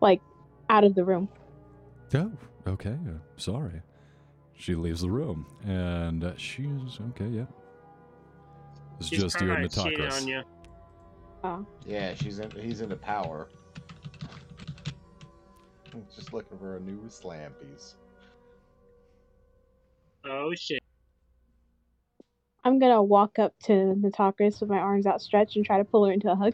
Like, out of the room. Oh, okay. uh, Sorry. She leaves the room, and uh, she's okay. Yeah. It's She's just you and probably cheating on Natokris. you. Yeah, she's in, he's into power. Just looking for a new slam piece. Oh shit. I'm gonna walk up to Natakis with my arms outstretched and try to pull her into a hug.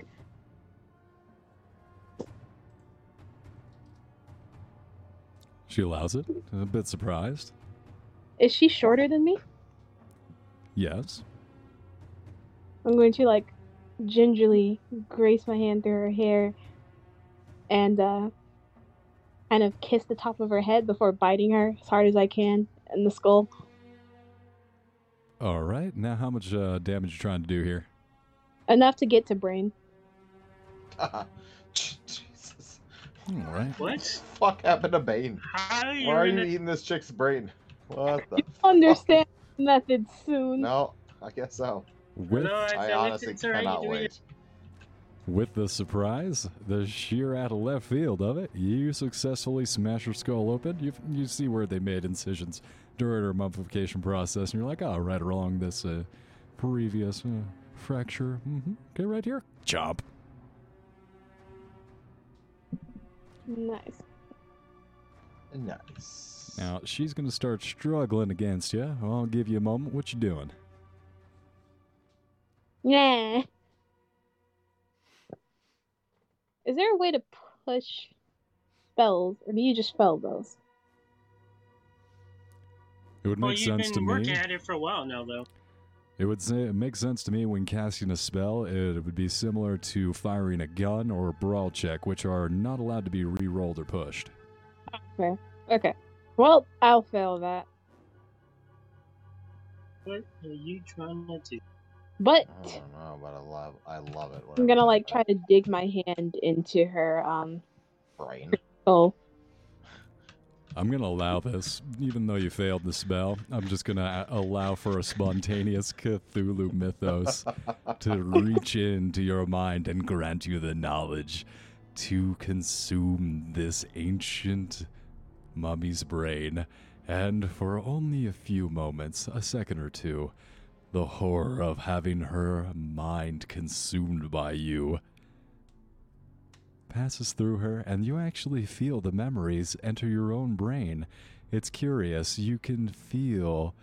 She allows it. A bit surprised. Is she shorter than me? Yes. I'm going to like gingerly grace my hand through her hair and uh kind of kiss the top of her head before biting her as hard as I can in the skull. All right. Now, how much uh, damage you trying to do here? Enough to get to brain. (laughs) Jesus. All right. What? Fuck happened to Bane? How are you? Why are in you a- eating this chick's brain? What the? Understand method fuck? soon. No, I guess so. With No, I, I feel like honestly it's already cannot doing wait. it. with the surprise, the sheer out of left field of it, you successfully smash her skull open. You you see where they made incisions during her mummification process, and you're like, oh, right along this uh, previous uh, fracture. hmm Okay, right here. Chomp. Nice. Nice. Now she's gonna start struggling against you. I'll give you a moment. What you doing? Yeah. Is there a way to push spells, or do you just spell those? It would make Well, you've sense to been me. working at it for a while now, though. It would say it makes sense to me when casting a spell. It would be similar to firing a gun or a brawl check, which are not allowed to be re-rolled or pushed. Okay. Well, I'll fail that. What are you trying to do? But I don't know, but I love, I love it. when I'm gonna everything like try to dig my hand into her um brain. skull. I'm gonna allow this, even though you failed the spell. I'm just gonna a- allow for a spontaneous Cthulhu mythos to reach into your mind and grant you the knowledge to consume this ancient mummy's brain. And for only a few moments, a second or two, the horror of having her mind consumed by you passes through her, and you actually feel the memories enter your own brain. It's curious. You can feel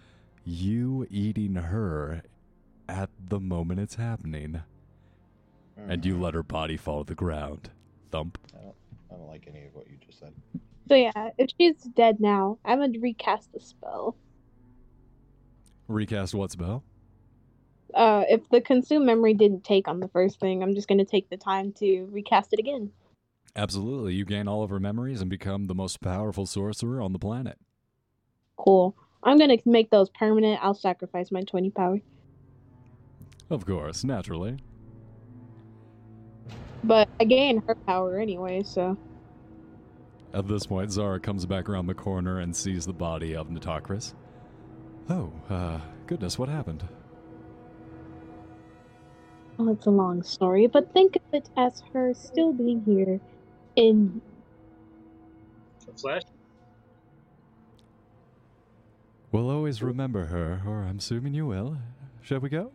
you eating her at the moment it's happening, and you let her body fall to the ground. Thump. I don't like any of what you just said. So yeah, if she's dead now, I'm gonna recast the spell. Recast what spell? Uh, if the consume memory didn't take on the first thing, I'm just gonna take the time to recast it again. Absolutely. You gain all of her memories and become the most powerful sorcerer on the planet. Cool. I'm gonna make those permanent. I'll sacrifice my 20 power. Of course, naturally. But I gain her power anyway, so. At this point, Zara comes back around the corner and sees the body of Natakris. Oh, uh, goodness, what happened? Well, it's a long story, but think of it as her still being here in. The flesh? We'll always remember her, or I'm assuming you will. Shall we go?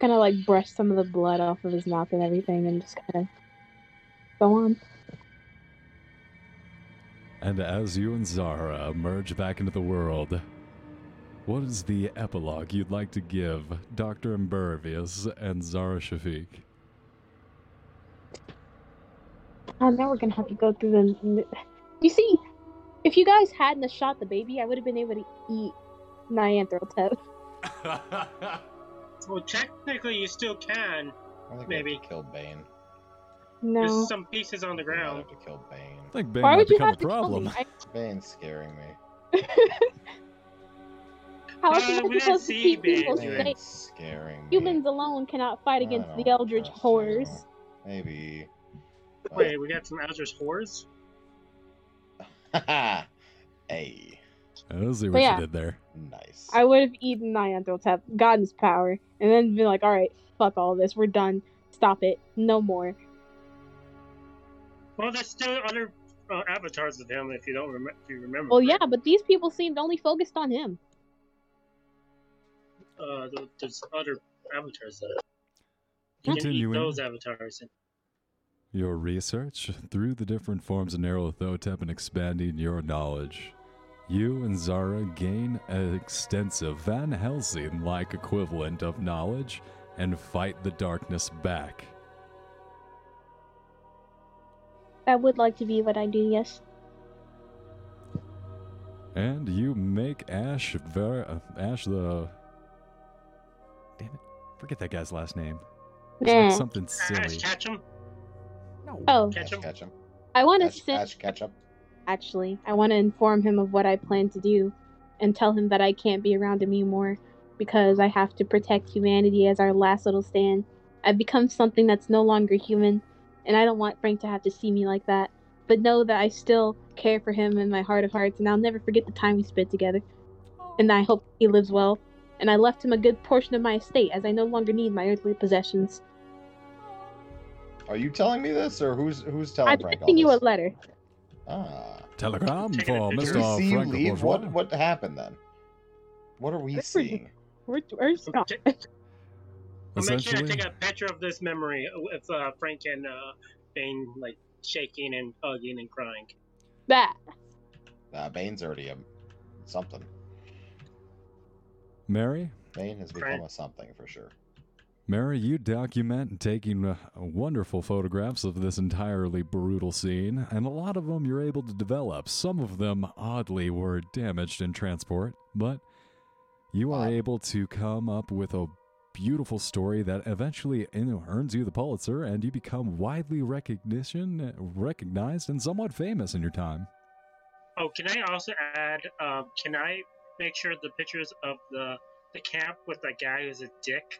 Kind of like brush some of the blood off of his mouth and everything and just kind of go on. And as you and Zara merge back into the world, what is the epilogue you'd like to give Dr. Imbervius and Zara Shafiq? Oh, now we're gonna have to go through the. You see, if you guys hadn't have shot the baby, I would have been able to eat Nianthropep. Well, technically, you still can. I think we Maybe. have to kill Bane. No. There's some pieces on the We might ground. have to kill Bane. I think Bane Why might would you become have a to kill problem. me? I... Bane's scaring me. How else Uh, are we you don't supposed to see keep baby. people Anyway. safe? Bane's scaring me. Humans alone cannot fight I against the don't eldritch trust horrors. you. Maybe. (laughs) but- Wait, we got some Eldritch Horrors? (laughs) hey, I see But what yeah. you did there. nice. I would have eaten Nianthotep, gotten his power, and then been like, all right, fuck all this. We're done. Stop it. No more. Well, there's still other uh, avatars of him if you don't rem- if you remember. Well, yeah, but these people seemed only focused on him. Uh, th- there's other avatars though. You can eat Continuing. those avatars. And Your research through the different forms of Nerlothotep and expanding your knowledge. You and Zara gain an extensive Van Helsing like equivalent of knowledge and fight the darkness back. I would like to be what I do, yes. And you make Ash ver- uh, Ash the Damn it. Forget that guy's last name. It's like Nah. something Ash silly. Ketchum. Oh, Catch him. Catch him. I want to Ash, send. Ash, catch him. Actually, I want to inform him of what I plan to do, and tell him that I can't be around him anymore because I have to protect humanity as our last little stand. I've become something that's no longer human, and I don't want Frank to have to see me like that. But know that I still care for him in my heart of hearts, and I'll never forget the time we spent together. And I hope he lives well. And I left him a good portion of my estate, as I no longer need my earthly possessions. Are you telling me this, or who's who's telling I'm Frank all sending you a this? letter. ah. telegram Take for it. Did Did Mr. we see you Frank leave? Bourgeois. What what happened then? What (laughs) are we Where were you? seeing? We're, we're stop. Okay. I'll make sure I Essentially, take a picture of this memory with uh, Frank and uh, Bane like shaking and hugging and crying. That. Uh, Bane's already a something. Mary, Bane has Frank. become a something for sure. Mary, you document taking uh, wonderful photographs of this entirely brutal scene, and a lot of them you're able to develop. Some of them, oddly, were damaged in transport, but you are Wow. able to come up with a beautiful story that eventually you know, earns you the Pulitzer, and you become widely recognition recognized and somewhat famous in your time. Oh, can I also add? Um, can I make sure the pictures of the the camp with that guy who's a dick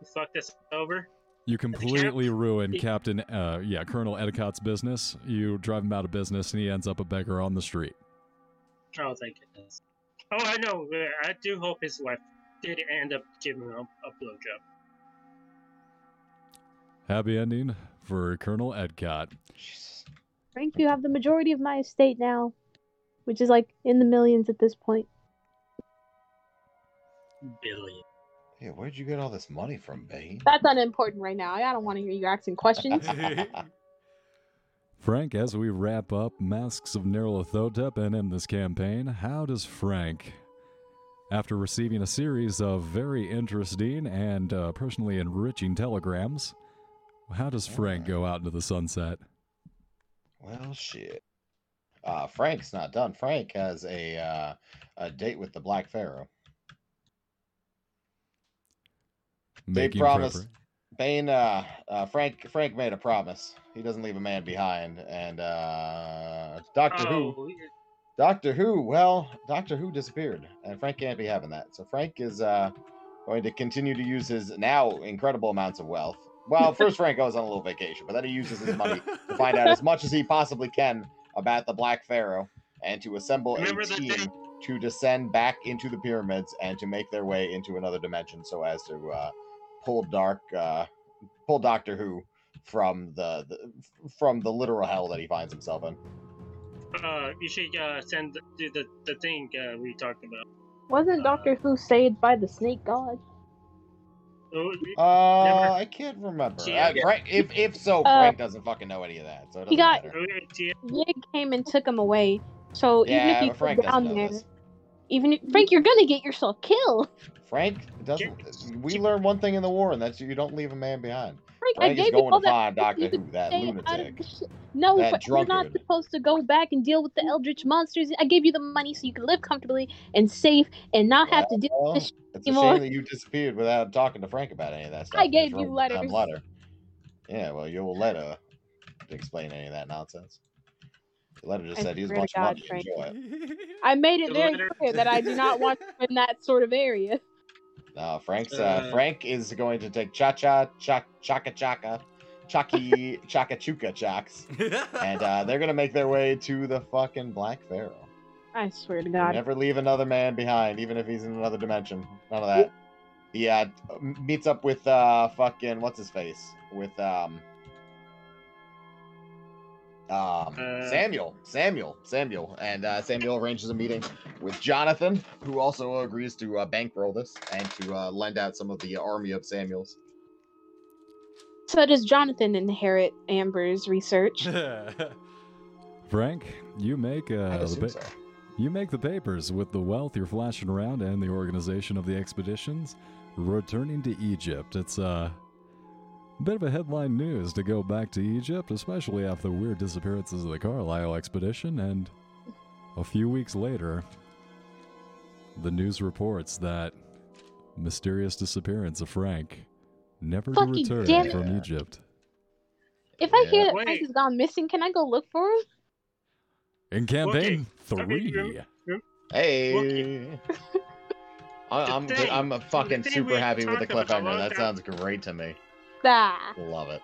who fucked us over? You completely ruin It- Captain, uh, yeah, Colonel Edicott's business. You drive him out of business, and he ends up a beggar on the street. Oh, thank goodness. Oh, I know. uh, I do hope his wife did end up giving him a, a blowjob. Happy ending for Colonel Edcott. Jesus. Frank, you have the majority of my estate now, which is like in the millions at this point. Billion. Yeah, where'd you get all this money from, Bane? (laughs) (laughs) That's unimportant right now. I don't want to hear you asking questions. Frank, as we wrap up Masks of Nyarlathotep and end this campaign, how does Frank, after receiving a series of very interesting and uh, personally enriching telegrams, how does Frank go out into the sunset? Well, shit. Uh, Frank's not done. Frank has a uh, a date with the Black Pharaoh. They Making promise- prepar- Bane, uh, uh, Frank, Frank made a promise. He doesn't leave a man behind. And uh, Doctor Who, Oh, Doctor Who, well, Doctor Who disappeared, and Frank can't be having that. So Frank is uh, going to continue to use his now incredible amounts of wealth. Well, first Frank goes on a little vacation, but then he uses his (laughs) money to find out as much as he possibly can about the Black Pharaoh and to assemble Remember a the team thing- to descend back into the pyramids and to make their way into another dimension, so as to uh, pull dark, uh, pull Doctor Who from the, the from the literal hell that he finds himself in. uh, you should uh, send do the the thing uh, we talked about. Wasn't Doctor Who saved by the snake god? Oh, Uh, I can't remember. Yeah, Uh, Frank, if if so, Uh, Frank doesn't fucking know any of that, so it doesn't he got- matter. oh, yeah, Yig came and took him away. So even Yeah, if you but Frank go down doesn't know there, this. even if, Frank, you're gonna get yourself killed. (laughs) Frank doesn't. We learned one thing in the war, and that's you don't leave a man behind. Frank, I Frank is gave you going all to that. find Doctor you Who, that stay out of lunatic. the shit. No, That Fra- you're not drunkard. supposed to go back and deal with the eldritch monsters. I gave you the money so you could live comfortably and safe and not have to deal Well, with this it's a anymore. shame that you disappeared without talking to Frank about any of that stuff. I just gave you wrote a damn letters. Letter. Yeah, well, your letter explain any of that nonsense. The letter just I said here's a swear to bunch God, of money. Frank. Enjoy it. I made it The very letter- clear that I do (laughs) not (laughs) want you in that sort of area. No, Frank's uh, Uh, Frank is going to take cha cha cha chaka chaka, chucky (laughs) chaka chuka chocks, and uh, they're gonna make their way to the fucking Black Pharaoh. I swear to You God. Never leave another man behind, even if he's in another dimension. None of that. He uh, meets up with uh, fucking what's his face with um. Um, Uh, Samuel, Samuel, Samuel, and uh, Samuel arranges a meeting with Jonathan, who also agrees to uh, bankroll this and to uh, lend out some of the army of Samuels. So does Jonathan inherit (laughs) (laughs) Amber's research? Frank, you make uh, I the assume big, so. You make the papers with the wealth you're flashing around and the organization of the expeditions. Returning to Egypt. It's uh, a bit of a headline news to go back to Egypt, especially after the weird disappearances of the Carlisle expedition. And a few weeks later, the news reports that mysterious disappearance of Frank, never to Fucking return damn it. from Egypt. If I hear Yeah. that Frank Wait. has gone missing, can I go look for him? In campaign Okay, three. rem- Hey. (laughs) I, The I'm thing- I'm fucking the thing super we happy with the talked about a cliffhanger. long That time- sounds great to me. Nah. Love it.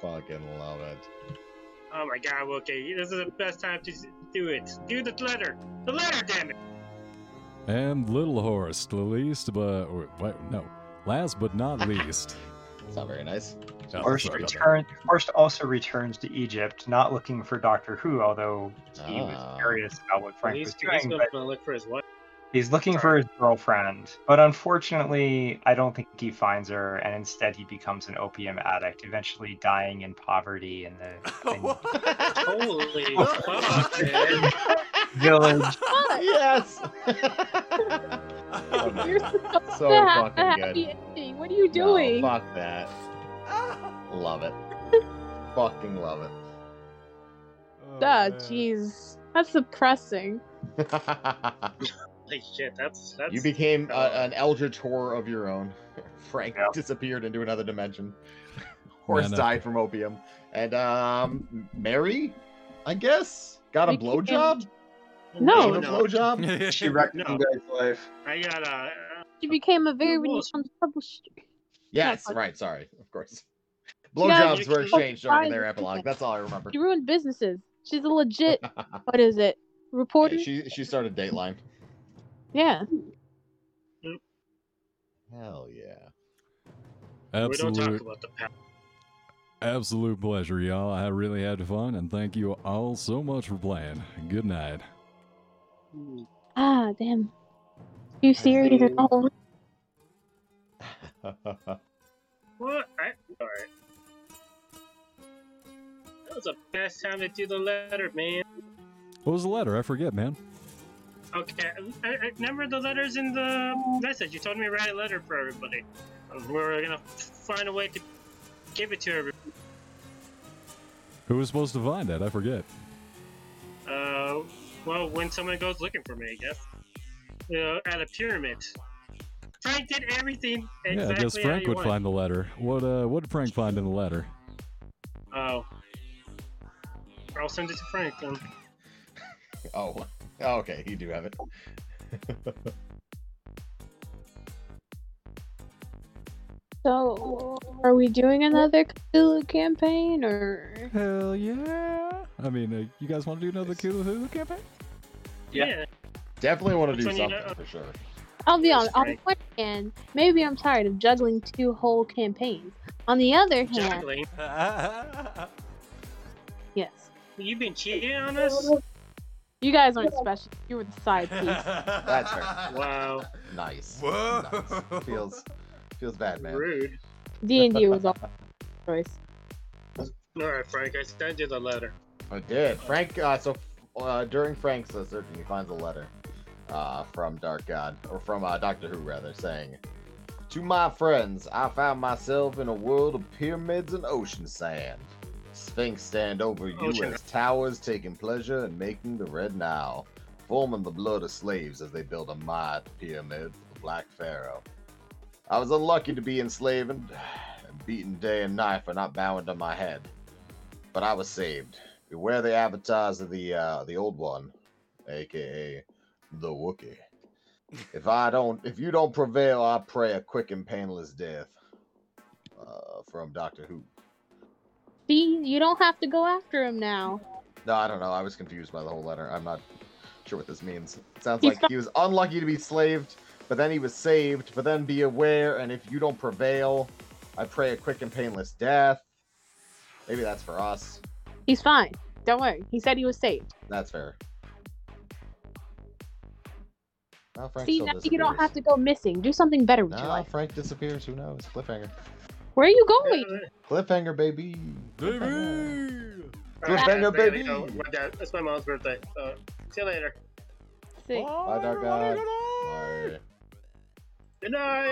Fucking love it. Oh my god, okay, this is the best time to s- do it. Do the letter. The letter, damn it. And Little Horse, the least, but or, wait, no, last (laughs) but not least. It's not very nice. Oh, Horst, sorry about that. return, Horst also returns to Egypt, not looking for Doctor Who, although he Ah. was curious about what Frank He's, was he's doing. gonna But look for his wife. he's looking for his girlfriend, but unfortunately, I don't think he finds her, and instead he becomes an opium addict, eventually dying in poverty in (laughs) the (laughs) thing- (laughs) Holy fuck, man. village. (laughs) yes. You're supposed So to have a fucking good. happy ending. What are you doing? No, fuck that. Love (laughs) it. fucking love it. Oh, Duh, Ah, jeez. That's depressing. (laughs) Holy shit, that's that's you became uh, an eldritch horror of your own. (laughs) Frank Yeah. disappeared into another dimension. Horse Man, uh, died from opium, and um, Mary, I guess, got a We can't- blowjob. No. Got a blowjob. she wrecked No. some guy's life. I got uh, a She became a very when you rules. come to publish. Yes, fuck. right. Sorry, of course. Yeah, Blowjobs you were can't- exchanged during Fine. their epilogue. That's all I remember. She ruined businesses. She's a (laughs) legit. What is it? Reporter? Yeah, she she started Dateline. yeah. Hell yeah. (laughs) we don't talk Absolute, about the past. absolute pleasure, y'all. I really had fun, and thank you all so much for playing. Good night. Ah, damn. You serious at all? What? I, all right. That was the best time to do the letter, man. What was the letter? I forget, man. Okay, I, I remember the letters in the message. You told me to write a letter for everybody. Um, We were gonna find a way to give it to everybody. Who was supposed to find that? I forget. Uh, well, when someone goes looking for me, I guess. Uh, at a pyramid. Frank did everything exactly yeah, I guess how Frank you would want. find the letter. What uh, what did Frank find in the letter? Oh. I'll send it to Frank then. oh, okay. You do have it. So, are we doing another Cthulhu campaign or? Hell yeah! I mean, uh, you guys want to do another Cthulhu campaign? Yeah. Definitely want to Which do one you something know? for sure. I'll be on. That's On one hand, maybe I'm tired of juggling two whole campaigns. On the other hand, Juggling. yes, You've been cheating on us? you guys aren't special. You were the side (laughs) piece. That's (laughs) fair. Wow. Nice. Whoa. Nice. Feels feels bad, man. Rude. D and D was all choice. Alright, Frank, I sent you the letter. I did. Frank. Uh, so uh, during Frank's uh, searching, he finds a letter uh, from Dark God, or from uh, Doctor Who, rather, saying, "To my friends, I found myself in a world of pyramids and ocean sand. Sphinx stand over you Ocean. as towers, taking pleasure in making the Red Nile, forming the blood of slaves as they build a mighty pyramid for the Black Pharaoh. I was unlucky to be enslaved and (sighs) beaten day and night for not bowing to my head, but I was saved." Beware the avatars of the uh, the old one, aka the Wookiee. If I don't, if you don't prevail, I pray a quick and painless death. Uh, from Doctor Who. See, you don't have to go after him now. No, I don't know. I was confused by the whole letter. I'm not sure what this means. It sounds He's like he was unlucky to be slaved, but then he was saved. But then be aware, and if you don't prevail, I pray a quick and painless death. Maybe that's for us. He's fine. Don't worry. He said he was saved. That's fair. Well, Frank See, still now you don't disappears. have to go missing. Do something better with No, your life. Frank disappears. Who knows? Cliffhanger. Where are you going? Cliffhanger, baby. Cliffhanger. Alright, Cliffhanger, that's it, baby. you know, my dad- It's my mom's birthday. So, Uh, see you later. Six. Bye, Dark everybody. Good God. night. Bye. Good night.